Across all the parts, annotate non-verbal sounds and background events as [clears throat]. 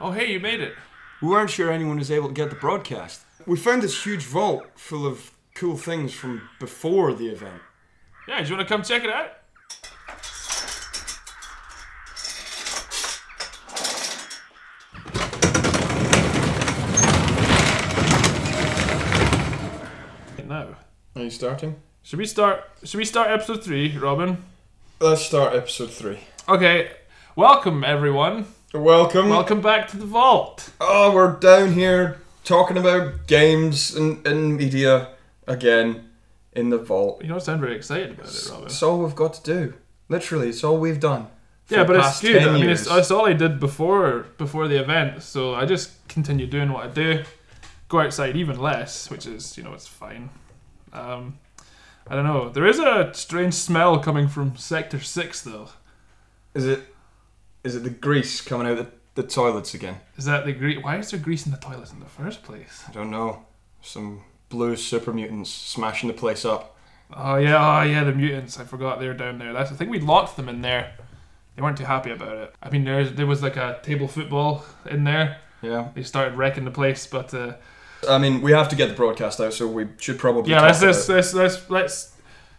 Oh, hey, you made it. We weren't sure anyone was able to get the broadcast. We found this huge vault full of cool things from before the event. Yeah, do you want to come check it out? No. Are you starting? Should we start? Should we start episode three, Robin? Let's start episode three. Okay. Welcome, everyone. Welcome. Welcome back to the vault. Oh, we're down here talking about games and, and media again in the vault. You don't sound very excited about it, Robin. It's all we've got to do. Literally, it's all we've done. for Yeah, the but it's past good. 10 I mean, years. it's, it's all I did before before the event, so I just continue doing what I do. Go outside even less, which is you know it's fine. Um, I don't know. There is a strange smell coming from Sector Six, though. Is it? Is it the grease coming out the, the toilets again? Is that the grease? Why is there grease in the toilet in the first place? I don't know. Some blue super mutants smashing the place up. Oh yeah, oh yeah, the mutants. I forgot they were down there. That's I think we locked them in there. They weren't too happy about it. I mean, there there was like a table football in there. Yeah. They started wrecking the place, but. Uh, I mean, we have to get the broadcast out, so we should probably. yeah, talk let's about let's, it. let's let's let's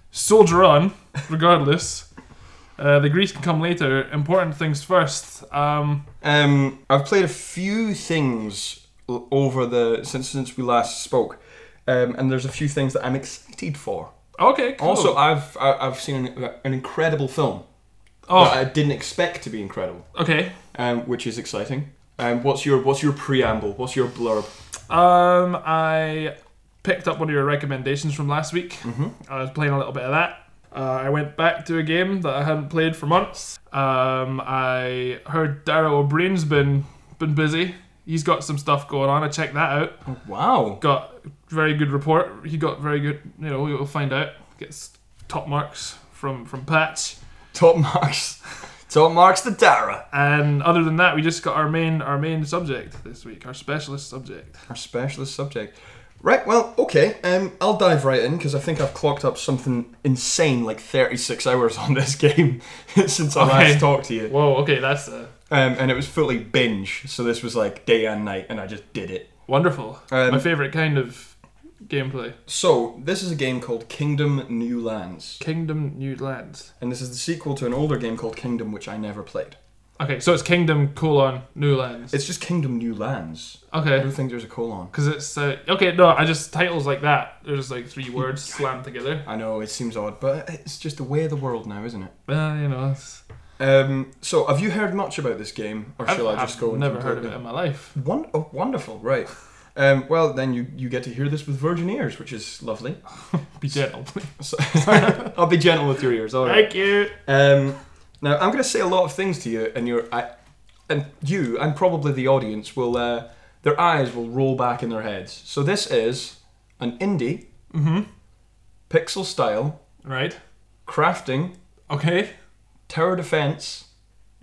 soldier on, regardless. Uh, the grease can come later. Important things first. Um, Um, I've played a few things l- over the since since we last spoke, um, and there's a few things that I'm excited for. okay. Cool. Also, I've I- I've seen an, an incredible film oh, that I didn't expect to be incredible, okay. um, which is exciting. Um, what's your what's your preamble? What's your blurb? Um, I picked up one of your recommendations from last week. Mm-hmm. I was playing a little bit of that. Uh, I went back to a game that I hadn't played for months. Um, I heard Darrow O'Brien's been been busy. He's got some stuff going on. I checked that out. wow. got very good report. He got very good. You know, we'll find out. Gets top marks from from Patch. Top marks. [laughs] Top marks the Dara. And other than that, we just got our main our main subject this week, our specialist subject. Our specialist subject. Right, well, okay. Um, I'll dive right in because I think I've clocked up something insane like 36 hours on this [laughs] game since I Okay. last talked to you. Whoa, okay, that's uh, Um, and it was fully binge, so this was like day and night, and I just did it. wonderful. Um, My favorite kind of gameplay. So, this is a game called Kingdom New Lands, Kingdom New Lands. and this is the sequel to an older game called Kingdom, which I never played. Okay, so it's Kingdom colon New Lands. It's just Kingdom New Lands. I Okay. don't think there's a colon. Because it's uh, okay. No, I just titles like that. There's just like three words [laughs] slammed together. I know, it seems odd, but it's just the way of the world now, isn't it? Well, you know, it's, Um, so, have you heard much about this game, or I've, shall i just I've go? never heard of completely- it in my life. Won- oh, wonderful, right. Um, well, then you, you get to hear this with virgin ears, which is lovely. Be gentle, please. So, [laughs] I'll be gentle with your ears, all right. Thank you. Um, now, I'm going to say a lot of things to you, and your I, and you and probably the audience will uh, their eyes will roll back in their heads. So this is an indie hmm pixel style Right. crafting Okay. tower defense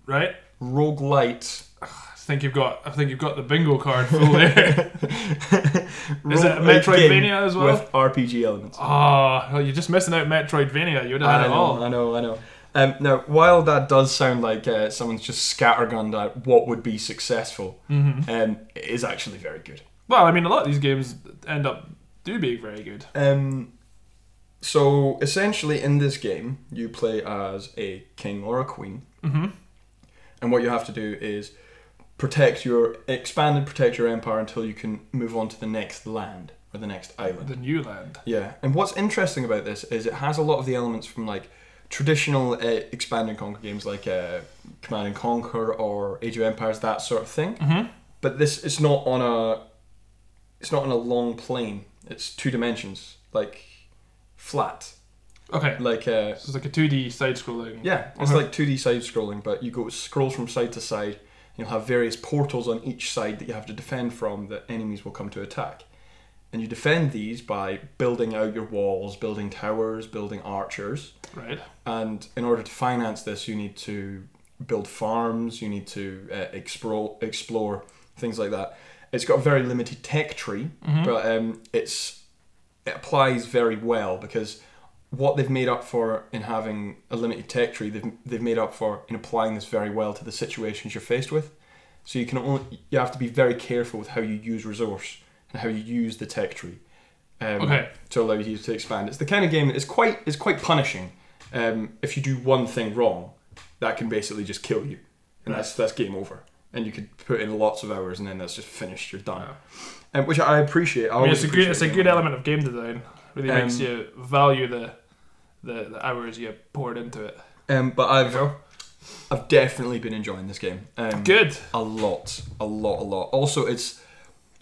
Right. [laughs] roguelite. I think you've got. I think you've got the bingo card full [laughs] there. Is it a roguelite game Metroidvania as well? with RPG elements? Ah, well, you're just missing out Metroidvania. You would have had it know, all. I know, I know. Um, now, while that does sound like uh, someone's just scattergunned at what would be successful, hmm um, it is actually very good. Well, I mean, a lot of these games end up do being very good. Um, so, essentially, in this game, you play as a king or a queen, hmm and what you have to do is protect your expand and protect your empire until you can move on to the next land or the next island. The New Land. Yeah, and what's interesting about this is it has a lot of the elements from like traditional uh, expand and conquer games like uh, Command and Conquer or Age of Empires, that sort of thing. hmm But this it's not on a it's not on a long plane. It's two dimensions, like flat, Okay. like uh, So it's like a 2D side scrolling. yeah, it's Okay. like two D side scrolling. But you go scrolls from side to side. And you'll have various portals on each side that you have to defend from that enemies will come to attack. And you defend these by building out your walls, building towers, building archers. Right. And in order to finance this, you need to build farms, you need to uh, explore, explore things like that. It's got a very limited tech tree, Mhm. but um, it's it applies very well because what they've made up for in having a limited tech tree, they've, they've made up for in applying this very well to the situations you're faced with. So you can only you have to be very careful with how you use resource and how you use the tech tree um, Okay. to allow you to expand. It's the kind of game that is quite is quite punishing. Um, if you do one thing wrong, that can basically just kill you, and that's that's game over. And you could put in lots of hours, and then that's just finished. You're done. Um, which I appreciate. I I mean, always it's a good appreciate it's a game good like that. element of game design. Really makes Um, you value the, the the hours you poured into it. Um, but I've I've definitely been enjoying this game. Um, Good. a lot, a lot, a lot. Also, it's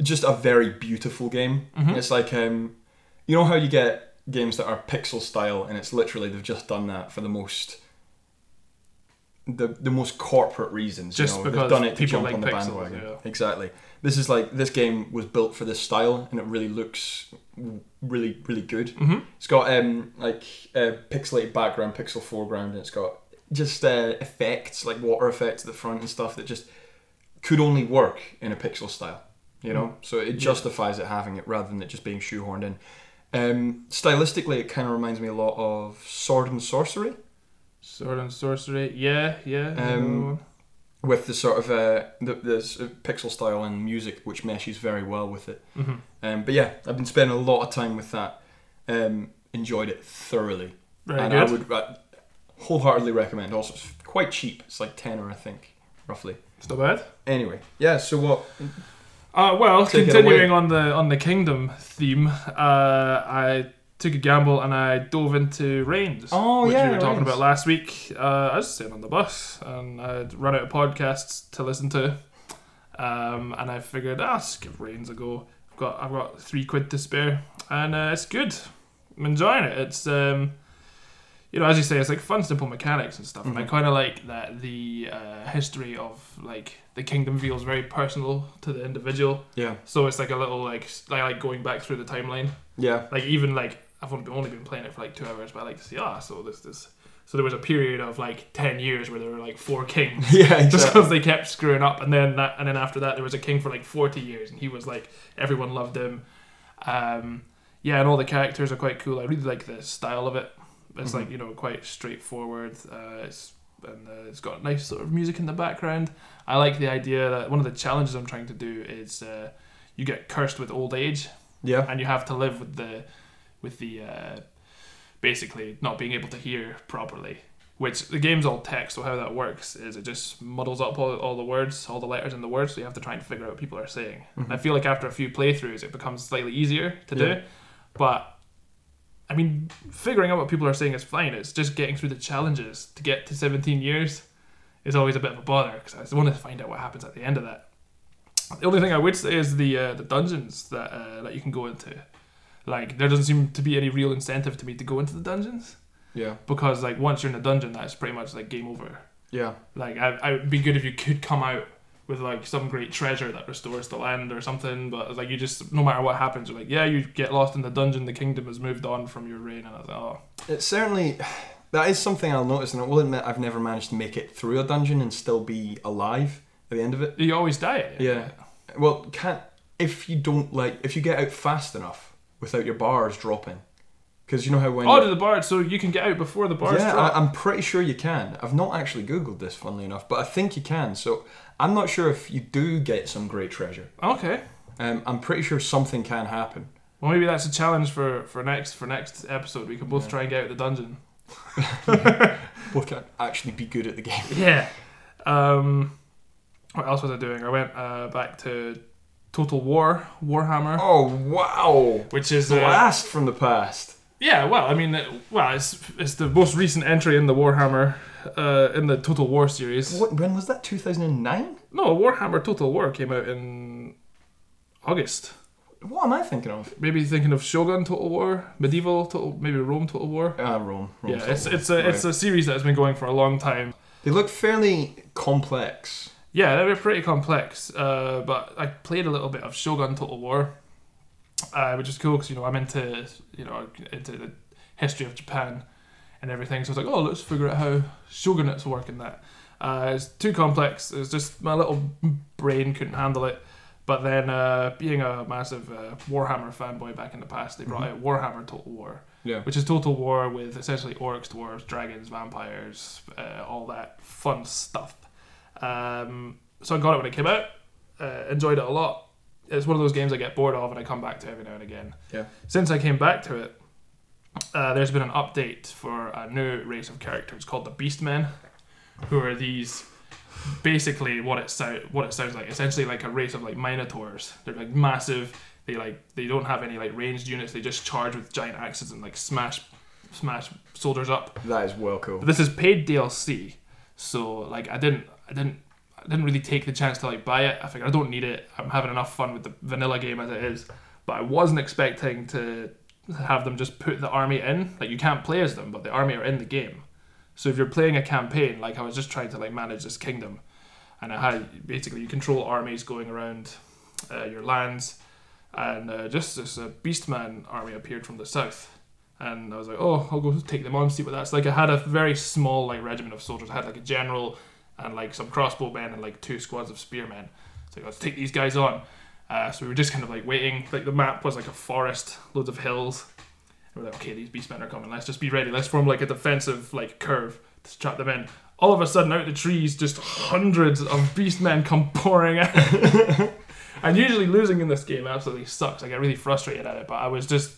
just a very beautiful game. Mm-hmm. It's like um, you know how you get games that are pixel style, and it's literally they've just done that for the most the the most corporate reasons. Just you know? because they've done it to people jump like on the pixels, bandwagon. yeah. Exactly. This is like this game was built for this style, and it really looks w- really really good. Mhm. It's got um like uh, pixelated background, pixel foreground, and it's got just uh, effects like water effects at the front and stuff that just could only work in a pixel style, you know. So it justifies it having it rather than it just being shoehorned in. Um, stylistically, it kind of reminds me a lot of Sword and Sorcery Sword and sorcery. Yeah, yeah. Um, another one. with the sort of uh, the, the sort of pixel style and music which meshes very well with it. Mhm. Um, but yeah, I've been spending a lot of time with that. Um, enjoyed it thoroughly, Very and good. I would uh, wholeheartedly recommend. Also, it's quite cheap. It's like tenner, I think, roughly. It's not bad. Anyway, yeah. So what? Uh, well, Take it away. continuing on the on the kingdom theme, uh, I took a gamble and I dove into Reigns, Oh, which yeah, we were talking Reigns. about last week. Uh, I was sitting on the bus and I'd run out of podcasts to listen to, um, and I figured, ah, just give Reigns a go. I've got I've got three quid to spare, and uh, it's good. I'm enjoying it. It's um, you know, as you say, it's like fun, simple mechanics and stuff. And I Mhm. kind of like that the uh, history of like the kingdom feels very personal to the individual. Yeah, So it's like a little like s- I like going back through the timeline. yeah. Like even like I've only been- only been playing it for like two hours, but I like to see ah so this this so there was a period of like ten years where there were like four kings. [laughs] Yeah, Just exactly. because they kept screwing up, and then that, and then after that, there was a king for like forty years, and he was like everyone loved him. Um, yeah, and all the characters are quite cool. I really like the style of it. It's like Mhm. you know quite straightforward. Uh, it's and uh, it's got nice sort of music in the background. I like the idea that one of the challenges I'm trying to do is uh, you get cursed with old age, Yeah, and you have to live with the with the uh, basically not being able to hear properly. Which the game's all text, so how that works is it just muddles up all, all the words, all the letters in the words, so you have to try and figure out what people are saying. Mhm. I feel like after a few playthroughs, it becomes slightly easier to Yeah. do. But I mean, figuring out what people are saying is fine. It's just getting through the challenges to get to 17 years is always a bit of a bother because I just want to find out what happens at the end of that. The only thing I would say is the uh, the dungeons that uh, that you can go into. Like there doesn't seem to be any real incentive to me to go into the dungeons yeah, because like once you're in a dungeon, that's pretty much like game over. yeah, Like I, I would be good if you could come out with like some great treasure that restores the land or something. But like you just no matter what happens, you're like yeah, you get lost in the dungeon. The kingdom has moved on from your reign, and I was like oh It's certainly that is something I'll notice, and I will admit I've never managed to make it through a dungeon and still be alive at the end of it. you always die. At the end of Yeah. it. Well, can't if you don't like if you get out fast enough without your bars dropping, because you know how when Oh, to the bard, so you can get out before the bard's yeah, drop. I, I'm pretty sure you can. I've not actually googled this, funnily enough, but I think you can. So I'm not sure if you do get some great treasure. okay. Um, I'm pretty sure something can happen. Well, maybe that's a challenge for, for next for next episode. We can both Yeah. try and get out of the dungeon. Both can [laughs] actually be good at the [laughs] game. Yeah. Um, what else was I doing? I went uh, back to Total War Warhammer, Oh wow! which is uh, Blast from the past. Yeah, well, I mean, uh, well, it's it's the most recent entry in the Warhammer, uh, in the Total War series. What, when was that? 2009? No, Warhammer Total War came out in August. What am I thinking of? Maybe thinking of Shogun Total War, medieval Total, maybe Rome Total War. Ah, Rome. Rome yeah, it's it's a it's a series that has been going for a long time. They look fairly complex. Yeah, they were pretty complex, uh, but I played a little bit of Shogun Total War, uh, which is cool because you know I'm into you know into the history of Japan and everything. So it's like, oh, let's figure out how shogunates work in that. Uh, it's too complex. It's just my little brain couldn't handle it. But then, uh, being a massive uh, Warhammer fanboy back in the past, they brought out Warhammer Total War, Yeah. which is Total War with essentially orcs, dwarves, dragons, vampires, uh, all that fun stuff. Um, so I got it when it came out. Uh, enjoyed it a lot. It's one of those games I get bored of and I come back to every now and again. Yeah. Since I came back to it, uh, there's been an update for a new race of characters called the Beastmen, who are these basically what it so- what it sounds like. Essentially, like a race of like minotaurs. They're like massive. They like they don't have any like ranged units. They just charge with giant axes and like smash smash soldiers up. That is well cool. But this is paid DLC, so like I didn't, I didn't, I didn't really take the chance to like buy it. I figured I don't need it. I'm having enough fun with the vanilla game as it is. But I wasn't expecting to have them just put the army in. Like you can't play as them, but the army are in the game. So if you're playing a campaign, like I was just trying to like manage this kingdom, and I had basically you control armies going around uh, your lands, and uh, just this uh, beastman army appeared from the south and I was like, oh, I'll go take them on, see what that's like. I had a very small like regiment of soldiers. I had like a general and like some crossbowmen and like two squads of spearmen. So like, let's take these guys on. Uh, so we were just kind of like waiting. Like the map was like a forest, loads of hills. And we're like, okay, these beastmen are coming. Let's just be ready. Let's form like a defensive like curve to trap them in. All of a sudden, out of the trees, just hundreds of beastmen come pouring out. and usually, losing in this game absolutely sucks. I get really frustrated at it, but I was just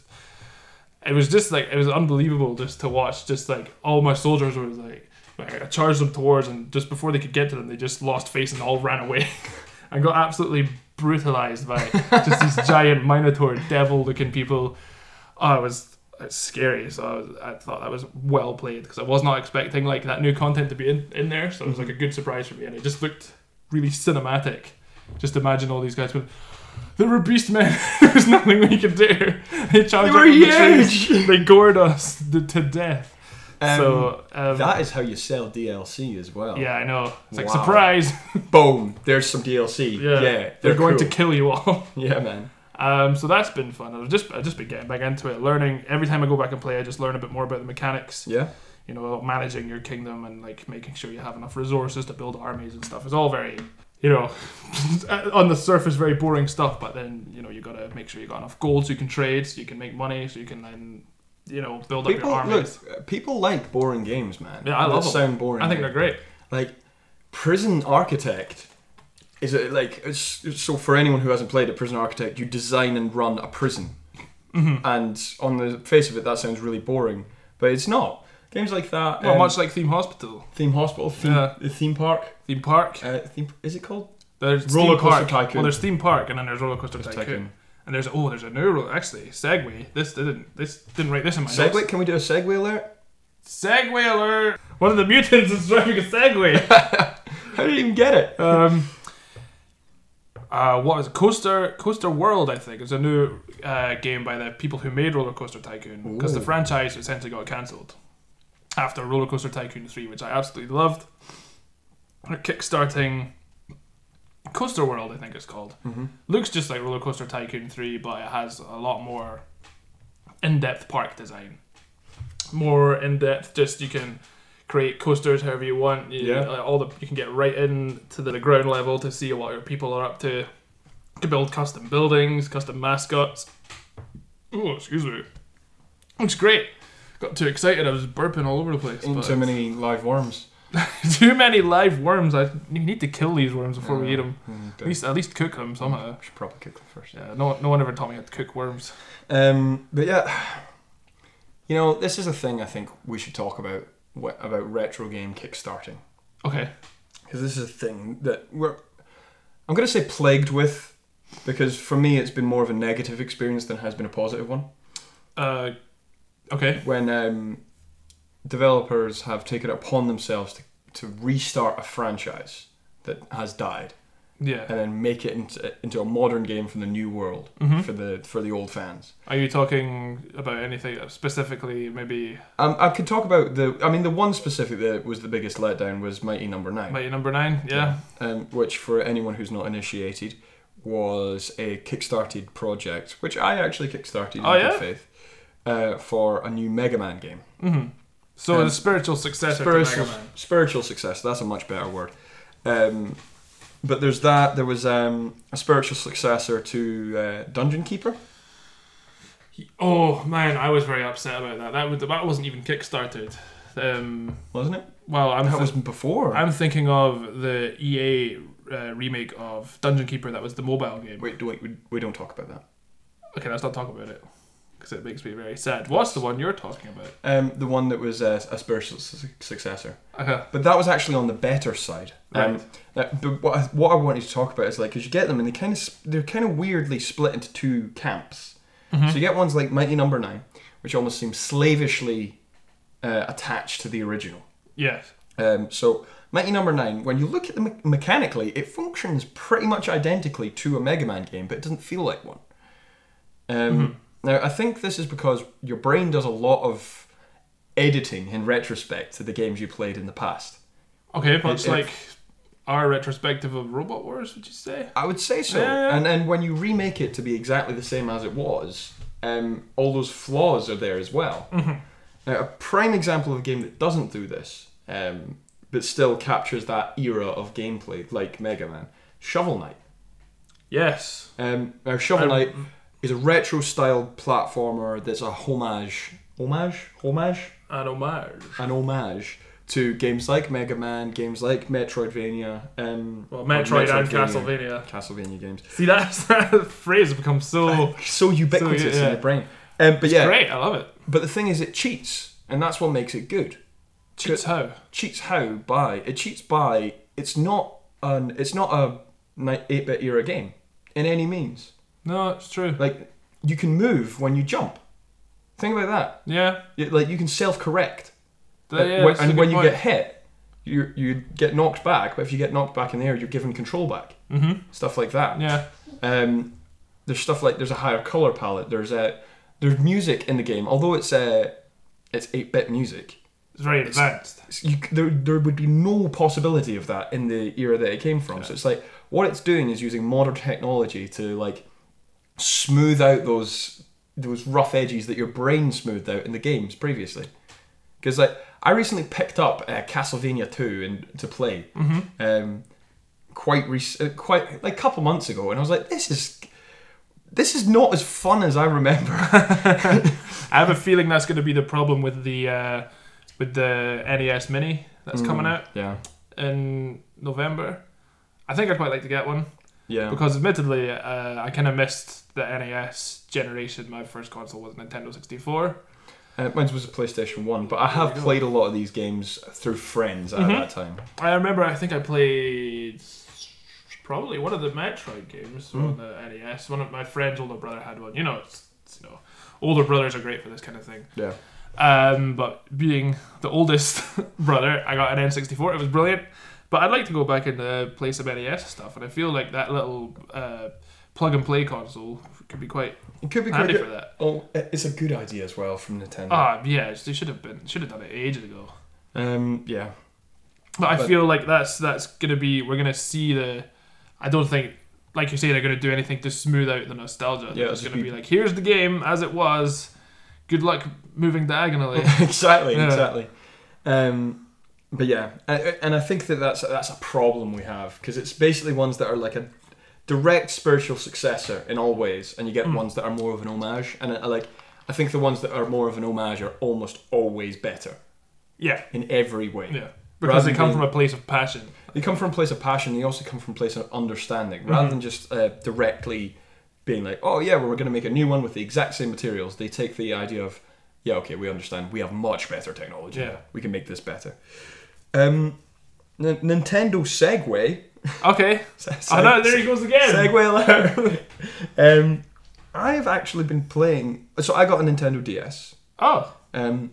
it was just like it was unbelievable just to watch just like all my soldiers were like like, I charged them towards and just before they could get to them they just lost face and all ran away [laughs] and got absolutely brutalized by just these giant minotaur devil looking people oh it was it's scary so I, was, I thought that was well played because I was not expecting like that new content to be in, in there so it was like a good surprise for me and it just looked really cinematic just imagine all these guys with there were beast men. [laughs] there was nothing we could do. They charged They were up the [laughs] trees. They gored us th- to death. Um, so um, that is how you sell DLC as well. yeah, I know. It's like Wow. surprise. Boom. There's some DLC. yeah, Yeah. they're going to cool. kill you all. [laughs] Yeah, man. Um, so that's been fun. I've just I've just been getting back into it, learning every time I go back and play. I just learn a bit more about the mechanics. Yeah. You know, managing your kingdom and like making sure you have enough resources to build armies and stuff. It's all very, you know, [laughs] uh, on the surface very boring stuff. But then you know you got to make sure you got enough gold so you can trade, so you can make money, so you can then you know build up People your armies. look. uh, People like boring games, man. Yeah, I That love 'em. sound boring. I think they're great. like Prison Architect. Is it like it's, so? For anyone who hasn't played it, Prison Architect, you design and run a prison, Mm-hmm. and on the face of it, that sounds really boring, but it's not. Games like that, Well, um, much like Theme Hospital, theme hospital, theme, Yeah. the theme park, Theme Park. uh, theme, is it called There's Roller theme Coaster park. Tycoon. Well, there's Theme Park, and then there's Roller Coaster Just Tycoon. Tycoon. And there's oh, there's a new roller. Actually, Segway. This didn't. This didn't write this in my Segway? notes. Can we do a Segway alert? Segway alert! One of the mutants is driving a [laughs] Segway. How did you even get it? um, uh, what was it? Coaster Coaster World? I think it's a new uh, game by the people who made Roller Coaster Tycoon because the Ooh. franchise essentially got cancelled after Roller Coaster Tycoon three, which I absolutely loved. They're kickstarting Coaster World, I think it's called. Mhm. looks just like Roller Coaster Tycoon 3, but it has a lot more in depth park design. More in depth, just you can create coasters however you want. You, Yeah. like, all the you can get right in to the ground level to see what your people are up to. You can build custom buildings, custom mascots. Oh, excuse me. Looks great. Got too excited. I was burping all over the place. In but- too many live worms. [laughs] too many live worms. I you need to kill these worms before we eat them. Mm, At least, at least cook them somehow. should probably kick them first. Yeah, no, no one ever taught me how to cook worms. Um, but yeah, [sighs] you know, this is a thing I think we should talk about wh- about retro game kickstarting Okay. because this is a thing that we're I'm going to say plagued with because for me it's been more of a negative experience than has been a positive one Uh, okay. when um, developers have taken it upon themselves to, to restart a franchise that has died Yeah. and then make it into, into a modern game from the new world Mhm. for the for the old fans Are you talking about anything specifically? Maybe Um, I could talk about the. I mean, the one specific that was the biggest letdown was Mighty Number Nine, Mighty Number Nine. Yeah. um, which for anyone who's not initiated was a kickstarted project, which I actually kickstarted in Oh, good yeah? faith uh, for a new Mega Man game. hmm So Um, the spiritual successor Spiritual, to Mega Man. spiritual success. That's a much better word. Um, but there's that. There was um, a spiritual successor to uh, Dungeon Keeper. Oh man, I was very upset about that. That would, that wasn't even kickstarted. Um, Wasn't it? well, I'm that was before. I'm thinking of the EA uh, remake of Dungeon Keeper that was the mobile game. Wait, do wait, we, we don't talk about that. Okay, let's not talk about it because it makes me very sad. What's the one you're talking about? Um, the one that was uh, a spiritual su- successor, Uh-huh. but that was actually on the better side. Um, Right. that- but what I, what I wanted to talk about is like because you get them and they kind of they're kind of weirdly split into two camps. So you get ones like Mighty Number Nine, which almost seems slavishly uh, attached to the original. Yes. Um, so Mighty Number Nine, when you look at them me- mechanically, it functions pretty much identically to a Mega Man game, but it doesn't feel like one. Um, Now, I think this is because your brain does a lot of editing in retrospect to the games you played in the past. Okay, but it's It- it- like our retrospective of Robot Wars, would you say? I would say so. Yeah, yeah. And then when you remake it to be exactly the same as it was, um, all those flaws are there as well. Mm-hmm. Now, a prime example of a game that doesn't do this, um, but still captures that era of gameplay, like Mega Man, Shovel Knight. Yes. Um, now, Shovel Um, Knight is a retro-style platformer that's a homage, homage, homage, An homage. an homage to games like Mega Man, games like Metroidvania, um, Well, or Metroid and Metroidvania- Castlevania. Castlevania games. See, that's, that [laughs] phrase has become so so ubiquitous yeah. in your brain. Um, but [laughs] yeah, great. I love it. but the thing is, it cheats, and that's what makes it good. Cheats how? Cheats how by it cheats by it's not an it's not a eight bit era game in any means. No, it's true. Like you can move when you jump. Think about that. Yeah. It- like you can self correct, That- yeah, that's a and good when you point. get hit, you you get knocked back. But if you get knocked back in the air, you're given control back. Mhm. Stuff like that. Yeah. Um, there's stuff like there's a higher color palette. There's a there's music in the game. Although it's uh, it's eight bit music, It's very [laughs] advanced. it's- you, there there would be no possibility of that in the era that it came from. So it's like what it's doing is using modern technology to like smooth out those those rough edges that your brain smoothed out in the games previously. Because like I recently picked up uh, Castlevania two and to play. Mm-hmm. Um, quite rec- uh, quite like a couple months ago, and I was like, this is. This is not as fun as I [laughs] remember. I have a feeling that's going to be the problem with the uh, with the NES Mini that's coming out Hmm. yeah, in November. I think I'd quite like to get one yeah. because, admittedly, uh, I kind of missed the NES generation. My first console was Nintendo sixty four. Uh, mine was a PlayStation One, but I have played a lot of these games through friends Mm-hmm. at that time. I remember. I think I played probably one of the Metroid games Hmm. on the NES. One of my friend's older brother had one. You know, it's, it's, you know, older brothers are great for this kind of thing. Yeah, Um, but being the oldest [laughs] brother, I got an N64. It was brilliant. But I'd like to go back and uh, play some NES stuff, and I feel like that little uh, plug and play console could be quite it could be quite handy for good. that. Oh, it's a good idea as well from Nintendo. Ah, yeah, they should have been should have done it ages ago. Um, yeah, But I But- feel like that's that's gonna be we're gonna see the. I don't think, like you say, they're gonna do anything to smooth out the nostalgia. Yeah, Yeah, it's it'll gonna be just be- like here's the game as it was. Good luck moving [laughs] diagonally. exactly, Yeah. exactly. Um, but yeah, and, and I think that that's that's a problem we have because it's basically ones that are like a direct spiritual successor in all ways, and you Hmm. get ones that are more of an homage. And I, like, I think the ones that are more of an homage are almost always better yeah, in every way. yeah, because Rather they come than- from a place of passion. They come from a place of passion. They also come from a place of understanding, rather Mm-hmm. than just uh, directly being like, "Oh yeah, well, we're going to make a new one with the exact same materials." They take the idea of, "Yeah, okay, we understand. We have much better technology. Yeah. we can make this better." Um, N- Nintendo Segway. [laughs] Okay. Se- oh no, there he goes again. Segway alert. [laughs] um, I've actually been playing. So I got a Nintendo DS. oh, Um,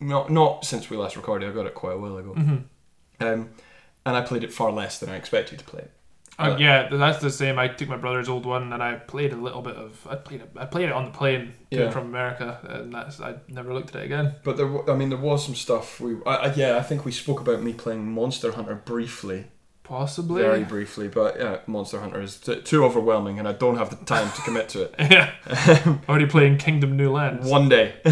not not since we last recorded. I got it quite a while ago. Um, and I played it far less than I expected to play it. uh, Uh, yeah, th- that's the same. I took my brother's old one and I played a little bit of. I played. it- I played it on the plane to Yeah. and from America, and that's. I never looked at it again. But there, wa- I mean, there was some stuff. We, I, I, yeah, I think we spoke about me playing Monster Hunter briefly, Possibly. very briefly. But yeah, Monster Hunter is t- too overwhelming, and I don't have the time to commit to it. [laughs] yeah. Already playing Kingdom New Lands. One day. [laughs]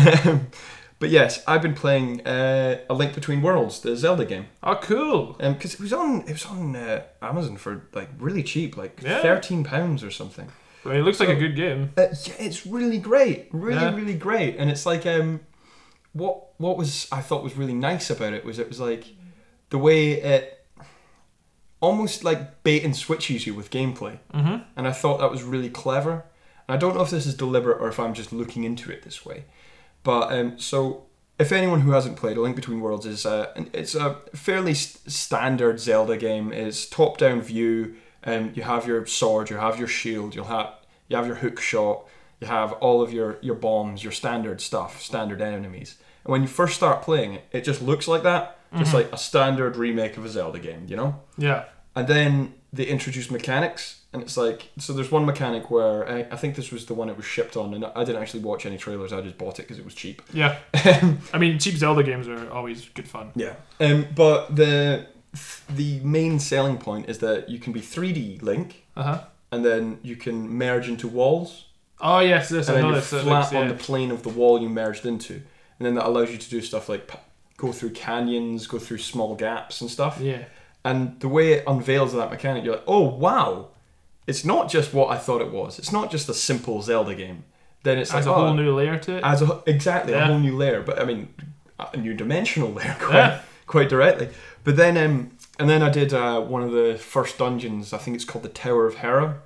but yes, I've been playing uh, A Link Between Worlds, the Zelda game, Oh, cool. because it was on it was on uh, Amazon for like really cheap, like Yeah. thirteen pounds or something. I mean, it looks like a So- good game. Uh, yeah, it's really great, really, Yeah. really great, and it's like um, what what was I thought was really nice about it was it was like the way it almost like bait and switches you with gameplay. Mm-hmm. And I thought that was really clever. And I don't know if this is deliberate or if I'm just looking into it this way. But um, so, if anyone who hasn't played, A Link Between Worlds is a, it's a fairly st- standard Zelda game. It's top down view. Um, you have your sword, you have your shield, you'll have you have your hook shot, you have all of your your bombs, your standard stuff, standard enemies. And when you first start playing it, it just looks like that, just like a standard remake of a Zelda game, you know. Yeah. And then they introduced mechanics, and it's like so. There's one mechanic where I, I think this was the one it was shipped on, and I didn't actually watch any trailers. I just bought it because it was cheap. [laughs] Yeah. I mean, cheap Zelda games are always good fun. Yeah. Um, but the the main selling point is that you can be 3D Link, Uh huh. and then you can merge into walls, Oh yes, this and I then know you're this. flat it looks- on yeah. the plane of the wall you merged into, and then that allows you to do stuff like p- go through canyons, go through small gaps and stuff. yeah. And the way it unveils that mechanic, you're like, oh wow, it's not just what I thought it was. It's not just a simple Zelda game. Then it's Has like a whole oh, new layer to it. as a, exactly a Yeah. whole new layer, but I mean a new dimensional [laughs] layer quite Yeah. quite directly. But then um, and then I did uh, one of the first dungeons. I think it's called the Tower of Hera.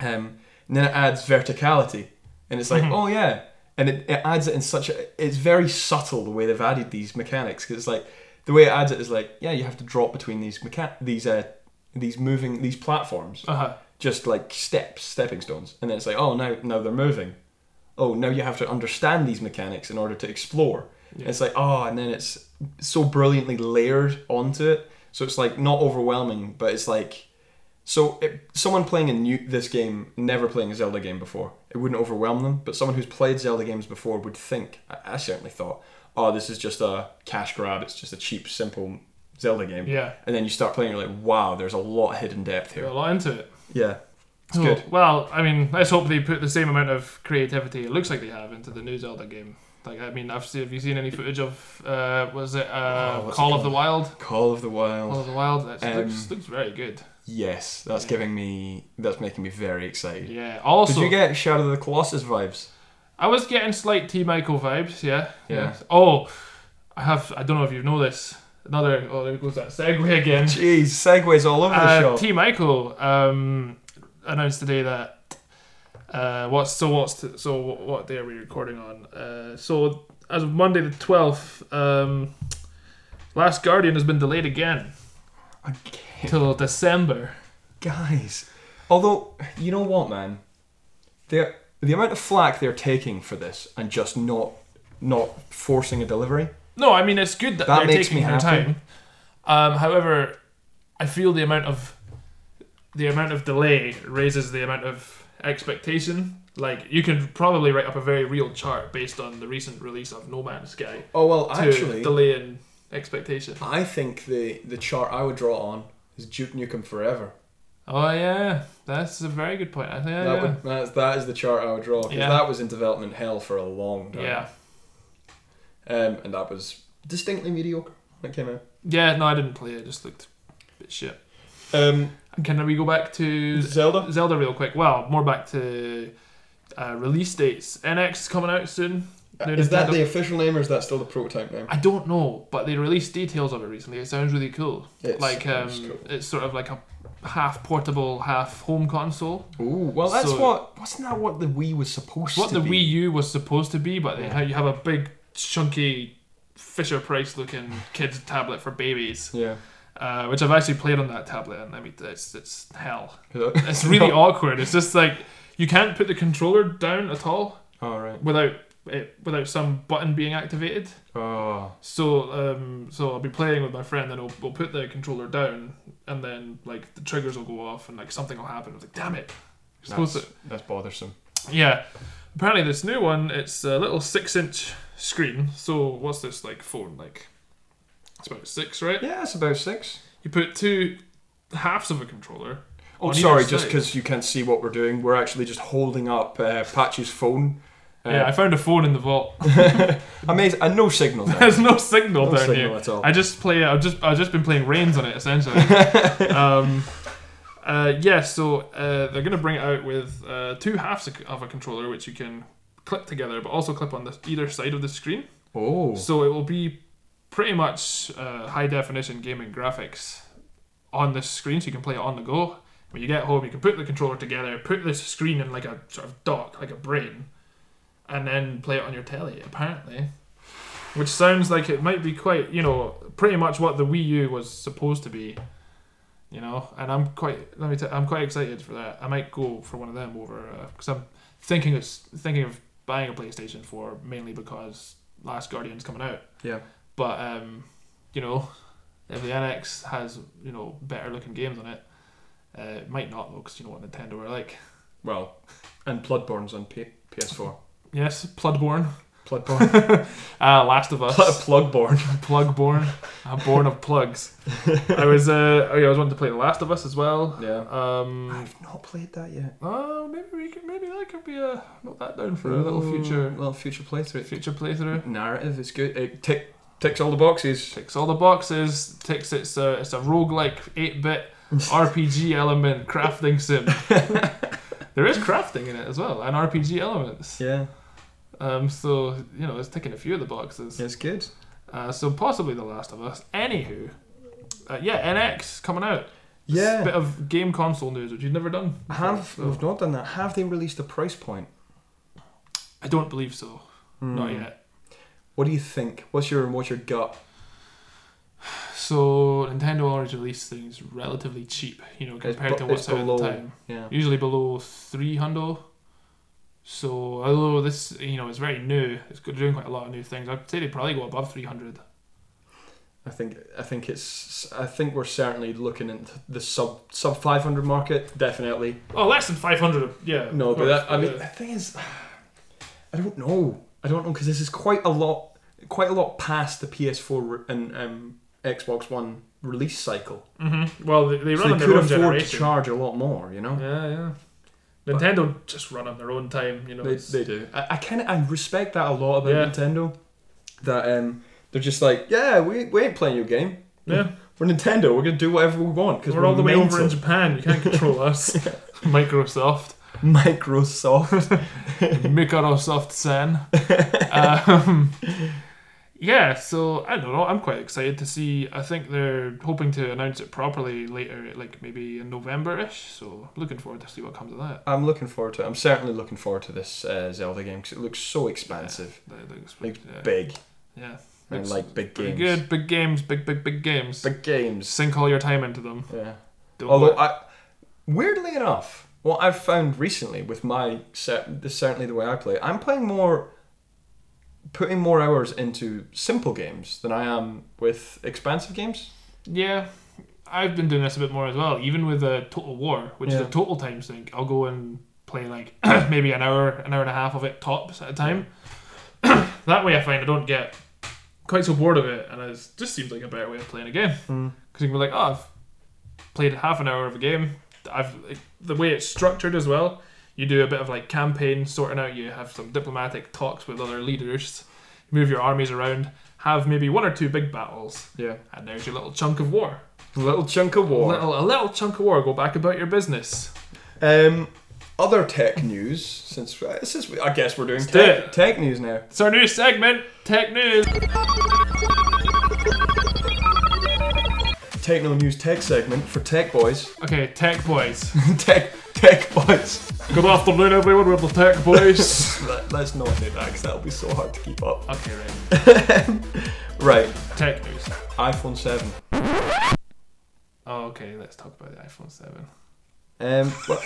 Um, and then it adds verticality, and it's like Mm-hmm. oh yeah, and it, it adds it in such a it's very subtle the way they've added these mechanics 'cause it's like the way it adds it is like yeah you have to drop between these mecha- these uh, these moving these platforms Uh huh. just like steps, stepping stones, and then it's like, oh, now now they're moving. Oh, now you have to understand these mechanics in order to explore. Yeah. It's like, oh, and then it's so brilliantly layered onto it, so it's like not overwhelming, but it's like, so it, someone playing a new this game, never playing a Zelda game before, it wouldn't overwhelm them. But someone who's played Zelda games before would think, I, I certainly thought, oh, this is just a cash grab. It's just a cheap, simple Zelda game. Yeah. And then you start playing, you're like, wow, there's a lot of hidden Got depth here. a lot into it. Yeah. It's Cool. good. Well, I mean, let's hope they put the same amount of creativity it looks like they have into the new Zelda game. Like, I mean, I've seen, have you seen any footage of, uh, was it uh, Oh, what's it Call of called? the Wild? Call of the Call Wild. of the Wild, that Um, looks, looks very good. Yes, that's Yeah. giving me. That's making me very excited. Yeah. Also, Did you get Shadow of the Colossus vibes? I was getting slight T Michael vibes, yeah. Yeah. Oh, I have, I don't know if you know this. Another, oh, there goes that segue [laughs] again. Jeez, segues all over the Uh, shop. T Michael um, announced today that uh, what's so what's t- so wh- what day are we recording on? Uh, so as of Monday the twelfth, um, Last Guardian has been delayed again okay, till December. guys. Although you know what, man, the the amount of flack they're taking for this and just not not forcing a delivery. No, I mean it's good that, That they're makes taking me their happy. time. Um, however, I feel the amount of the amount of delay raises the amount of expectation. Like you could probably write up a very real chart based on the recent release of No Man's Sky. Oh well, to delay in expectation. I think the the chart I would draw on is Duke Nukem Forever. Oh yeah, that's a very good point. I think that yeah, would that's, that is the chart I would draw because Yeah. that was in development hell for a long time. yeah, Um, and that was distinctly mediocre when it came out. yeah. No, I didn't play it. It just looked a bit shit. Um, Can we go back to Zelda? Zelda real quick? Well, more back to uh, release dates. NX is coming out soon. New Uh, is that Nintendo- the official name or is that still the prototype name? I don't know, but they released details of it recently. It sounds really cool. It's- like um, it's cool. it's sort of like a half portable, half home console. Ooh, well, that's So- what wasn't that what the Wii was supposed what to the be? Wii U was supposed to be, but they Yeah. ha- you have a big, chunky, Fisher Price looking kids tablet for babies, Yeah, uh, which I've actually played on that tablet, and I mean it's it's hell. It's [laughs] really awkward. It's just like you can't put the controller down at all All right. without it, without some button being activated. Oh, So um, so I'll be playing with my friend, and we'll, we'll put the controller down, and then like the triggers will go off, and like something will happen. I was like, damn it, You're supposed to that's, that's bothersome. yeah. Apparently, this new one, it's a little six-inch screen. So what's this like phone like? It's about six, right? Yeah, it's about six. You put two halves of a controller. Oh, on either sorry, just side. because you can't see what we're doing, we're actually just holding up uh, Patchy's phone. Uh, yeah, I found a phone in the vault. [laughs] amazing. And no signal. There. There's no signal no down signal here. at all. I just play. I've just I've just been playing Reigns on it essentially. um, uh, yeah, so uh, they're gonna bring it out with uh, two halves of- of a controller, which you can clip together, but also clip on the either side of the screen. oh, So it will be pretty much uh, high definition gaming graphics on this screen, so you can play it on the go. When you get home, you can put the controller together, put this screen in like a sort of dock, like a brain, and then play it on your telly. Apparently, which sounds like it might be quite, you know, pretty much what the Wii U was supposed to be. You know, and I'm quite. Let me. T- I'm quite excited for that. I might go for one of them over because I'm thinking of thinking of buying a PlayStation Four mainly because Last Guardian's coming out. Yeah. But um, you know, if the NX has you know better looking games on it, uh, it might not though, because you know what Nintendo are like. Well, and Bloodborne's on P- PS4. Yes, Bloodborne, [laughs] Bloodborne. uh, Last of Us, Pl- Plugborne. [laughs] Plugborne, I'm born of plugs. I was uh, oh yeah, I was wanting to play The Last of Us as well. Yeah. Um, I've not played that yet. oh maybe we could, maybe that could be a not that down for a little Oh. future Well, future playthrough. future playthrough. Mm. Narrative is good. It tick, ticks all the boxes. Ticks all the boxes. Ticks it's a it's a roguelike eight [laughs] bit RPG element crafting sim. there is crafting in it as well, and RPG elements. Yeah. Um, so you know it's ticking a few of the boxes. It's good. Uh, so possibly The Last of Us. Anywho, uh, yeah, NX coming out. This Yeah. bit of game console news which you've never done. before, Have so- we've not done that? Have they released a price point? I don't believe so. Not Hmm. yet. What do you think? What's your what's your gut? So Nintendo always release things relatively cheap, you know, compared bu- to what's it's out at below- the time. Yeah. usually below three hundo. So although this you know is very new, it's good- doing quite a lot of new things. I'd say they probably go above three hundred. I think I think it's I think we're certainly looking at the sub sub five hundred market definitely. Oh, less than five hundred. Yeah. No, of but course, that, I mean yeah. the thing is, [sighs] I don't know. I don't know because this is quite a lot, quite a lot past the PS4 re- and um, Xbox One release cycle. Mhm. Well, they, they so run on they their could own afford to generation. charge a lot more. You know. yeah, yeah. Nintendo just run on their own time. You know. They, it's- they do. I, I kind of I respect that a lot about Yeah. Nintendo. That um, they're just like, yeah, we, we ain't playing your game. yeah. [laughs] We're Nintendo. We're gonna do whatever we want because We're, all the way over in mental." Japan. You can't control us. Microsoft, [laughs] Microsoft. Microsoft [laughs] San. um, yeah, so I don't know. I'm quite excited to see. I think they're hoping to announce it properly later, like maybe in November ish. So looking forward to see what comes of that. I'm looking forward to. I'm certainly looking forward to this uh, Zelda game because it looks so expansive, That looks- Like yeah, big, yeah. and Looks like big pretty games. good. Big games. Big big big games. Big games. Sink all your time into them. Yeah. Don't Although worry. I, weirdly enough, what I've found recently with my set, this is certainly the way I play, I'm playing more, putting more hours into simple games than I am with expansive games. yeah. I've been doing this a bit more as well, even with uh, Total War, which is Yeah. a total time sink. I'll go and play like [clears throat] maybe an hour, an hour and a half of it tops at a time. [clears throat] that way, I find I don't get quite so bored of it, and it just seems like a better way of playing a game. Because you can be like, oh, I've played half an hour of a game. I've like, the way it's structured as well. You do a bit of like campaign sorting out. You have some diplomatic talks with other leaders. Move your armies around. Have maybe one or two big battles, Yeah. and there's your little chunk of war. Little chunk of war. Little, a little chunk of war. Go back about your business. Um, other tech news. Since this is, I guess we're doing do tech, it. tech news now. It's our new segment, Tech News. Techno news tech segment for tech boys. [laughs] Okay, Tech Boys. tech tech boys. [laughs] [laughs] Good afternoon, everyone. We're the Tech Boys. Let, us not do that because that'll be so hard to keep [laughs] up. okay, right. Right, Tech News. iPhone seven. Oh, okay, let's talk about the iPhone 7. Um, well,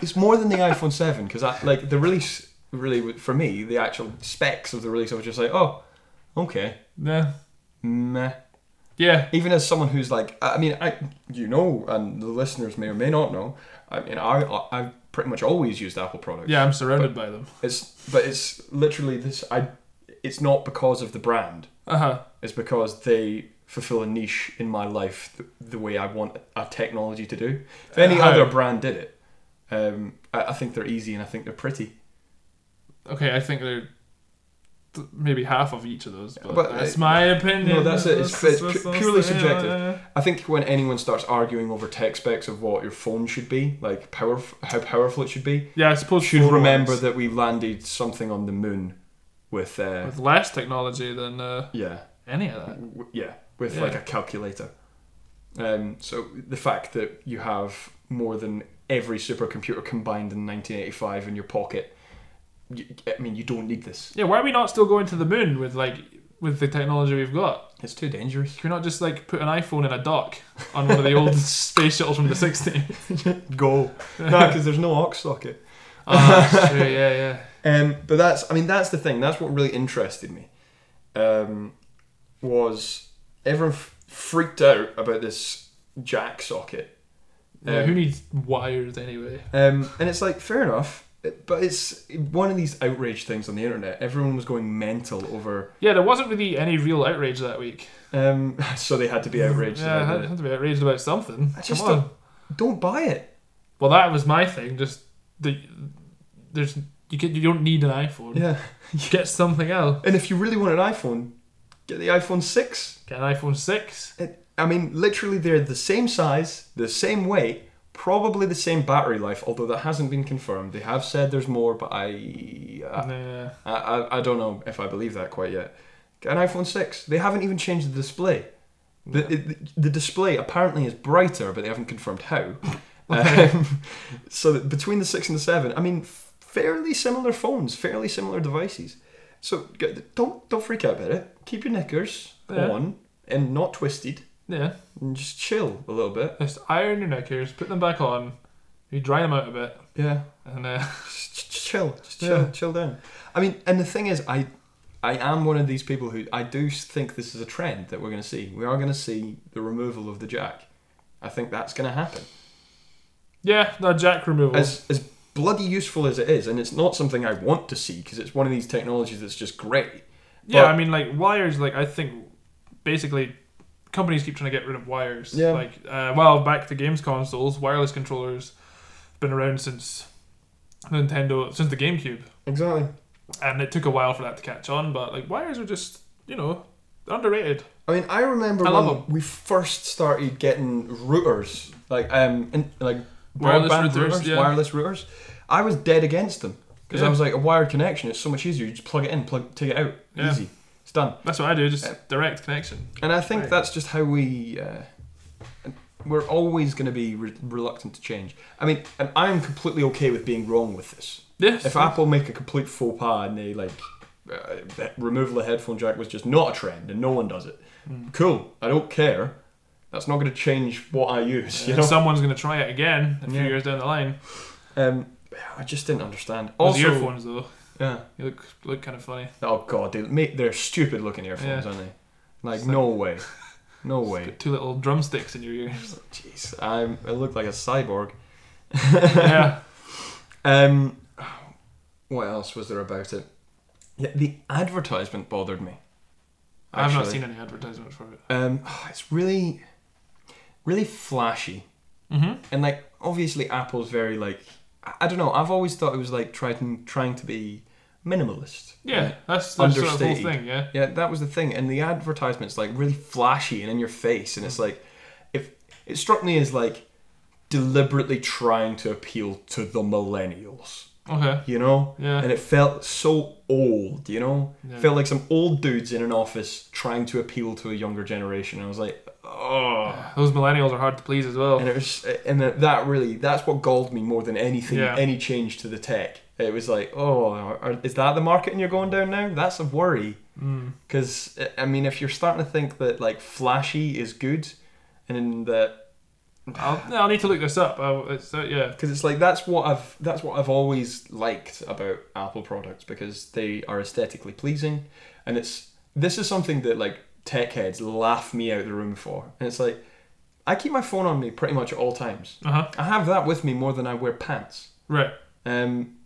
it's more than the iPhone 7 because like the release really w- for me the actual specs of the release I was just like oh okay Yeah. meh. Yeah. Even as someone who's like I I mean I you know and the listeners may or may not know I mean I I- I've pretty much always used Apple products. Yeah, I'm surrounded by them. It's but it's literally this I it's not because of the brand. Uh huh. It's because they fulfill a niche in my life th- the way I want a technology to do. If any How? other brand did it, um, I, I think they're easy and I think they're pretty. Okay, I think they're th- maybe half of each of those, but, But, uh, that's my opinion. no, that's it. It's- it's that's- pu- that's- purely yeah, subjective. yeah, I think when anyone starts arguing over tech specs of what your phone should be, like power, how powerful it should be, Yeah, I suppose should phone remember ones that we landed something on the moon with, uh, with less technology than uh, yeah, any of that. w- yeah, with Yeah. like a calculator. Um, so the fact that you have more than every supercomputer combined in 1985 in your pocket, you, I mean, you don't need this. Yeah, why are we not still going to the moon with like with the technology we've got? It's too dangerous. Can we not just like put an iPhone in a dock on one of the [laughs] old space shuttles from the 60s? Go. [laughs] no, because there's no aux socket. Ah, that's true, yeah, yeah. Um, but that's, I mean, that's the thing. That's what really interested me. Um, was everyone f- freaked out about this jack socket? Yeah, who needs wires anyway? Um, and it's like fair enough, it- but it's one of these outrage things on the internet. Everyone was going mental over, Yeah, there wasn't really any real outrage that week. um, [laughs] so they had to be outraged. Yeah, I about had, it. had to be outraged about something. I just Come on. Don't buy it. Well, that was my thing. Just the there's you can, you don't need an iPhone. Yeah, Get something else. and if you really want an iPhone, get the iPhone six. Get an iPhone six. It, I mean, literally, they're the same size, the same weight, probably the same battery life. Although that hasn't been confirmed. They have said there's more, but I, I Nah. I, I, I don't know if I believe that quite yet. An iPhone 6. They haven't even changed the display. The, it- the display apparently is brighter, but they haven't confirmed how. um, [laughs] so that between the 6 and the 7, I mean, fairly similar phones, fairly similar devices. So g- don't don't freak out about it. Keep your knickers Yeah. on and not twisted yeah. and just chill a little bit. Just iron your knickers, put them back on, you dry them out a bit, Yeah. and uh, just, just chill, just chill, Yeah. chill down. I mean, and the thing is, I, I am one of these people who I do think this is a trend that we're going to see. We are going to see the removal of the jack. I think that's going to happen. yeah, no jack removal. As as bloody useful as it is, and it's not something I want to see because it's one of these technologies that's just great. yeah, but- I mean like wires. Like I think basically companies keep trying to get rid of wires. Yeah. Like uh, well, back to games consoles, wireless controllers have been around since Nintendo since the GameCube. Exactly. and it took a while for that to catch on. But like wires are just you know underrated. I mean, I remember I love when we first started getting routers, like um, and, like Wireless broadband routers, routers, yeah. wireless routers. I was dead against them because I Yeah. was like a wired connection. It's so much easier. You just plug it in, plug, take it out, Yeah. easy. It's done. That's what I do. Just Yeah. direct connection. And I think Right. that's just how we. Uh, we're always going to be re- reluctant to change. I mean, and I'm completely okay with being wrong with this. Yes. If Apple make a complete faux pas and they like uh, that removal of headphone jack was just not a trend and no one does it, Hmm. cool. I don't care. That's not going to change what I use. You And know. someone's gonna try it again a few Yeah. years down the line. um, I just didn't understand. Those Also, earphones though, yeah. you look look kind of funny. Oh god, they make they're stupid looking earphones, Yeah. aren't they? Like It's like- no way, no way. Got two little drumsticks in your [laughs] ears. Jeez, I'm, I look like a cyborg. yeah. Um, what else was there about it? Yeah, the advertisement bothered me. I have not actually. seen any advertisements for it. Um, it's really, really flashy, Mm-hmm. and like obviously Apple's very like I, I don't know. I've always thought it was like trying trying to be minimalist. Yeah, that's, that's sort of the whole Understated. thing. Yeah. Yeah, that was the thing, and the advertisements like really flashy and in your face, and it's Mm-hmm. like, if it struck me as like deliberately trying to appeal to the millennials, Okay. you know, Yeah. and it felt so old, you know, Yeah. felt like some old dudes in an office trying to appeal to a younger generation, and I was like, oh, Those millennials are hard to please as well. and it was, and that- that really, that's what galled me more than anything, Yeah. any change to the tech. It was like, oh, are, are- is that the marketing you're going down now? That's a worry. Mm. Because I mean, if you're starting to think that like flashy is good, and that I'll, no, I'll need to look this up. I, it's, uh, yeah. because it's like that's what I've that's what I've always liked about Apple products because they are aesthetically pleasing, and it's this is something that like tech heads laugh me out of the room for, and it's like I keep my phone on me pretty much at all times. Uh huh. I have that with me more than I wear pants. Right. Um,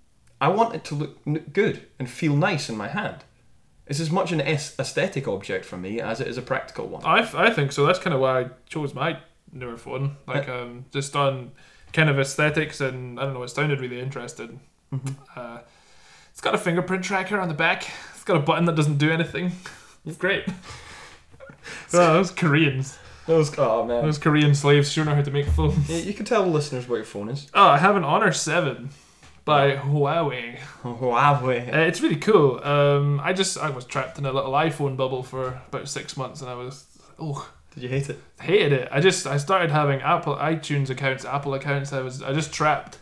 I want it to look n- good and feel nice in my hand. It's as much an aes- aesthetic object for me as it is a practical one. I, I think so. That's kind of why I chose my newer phone. Like, um, just on kind of aesthetics, and I don't know, it sounded really interesting. Mm-hmm. Uh, it's got a fingerprint tracker on the back, it's got a button that doesn't do anything. It's great. [laughs] oh, those Koreans. Those, oh [laughs] man. Those Korean slaves sure know how to make phones. Yeah, you can tell the listeners what your phone [laughs] is. Oh, I have an Honor 7 by Huawei. Uh, Huawei. it's really cool. Um, I just I was trapped in a little iPhone bubble for about six months, and I was oh Did you hate it? hated it. I just I started having Apple iTunes accounts, Apple accounts. I was I just trapped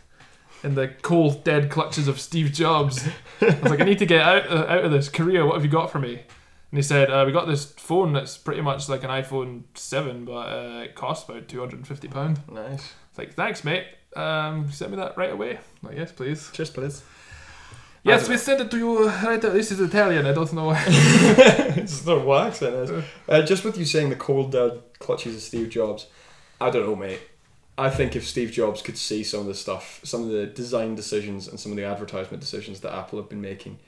in the cold dead clutches of Steve Jobs. I was like, I need to get out uh, out of this. Korea, what have you got for me? And he said, uh, we got this phone that's pretty much like an iPhone seven, but uh, it costs about two hundred and fifty pound. Nice. It's like, thanks, mate. Um, send me that right away. I'm like, yes, please. Cheers, please. Yes, we send it to you right away. This is Italian. I don't know why. [laughs] it's not what accent it is. Uh, just with you saying the cold dad clutches of Steve Jobs, I don't know, mate. I think if Steve Jobs could see some of the stuff, some of the design decisions and some of the advertisement decisions that Apple have been making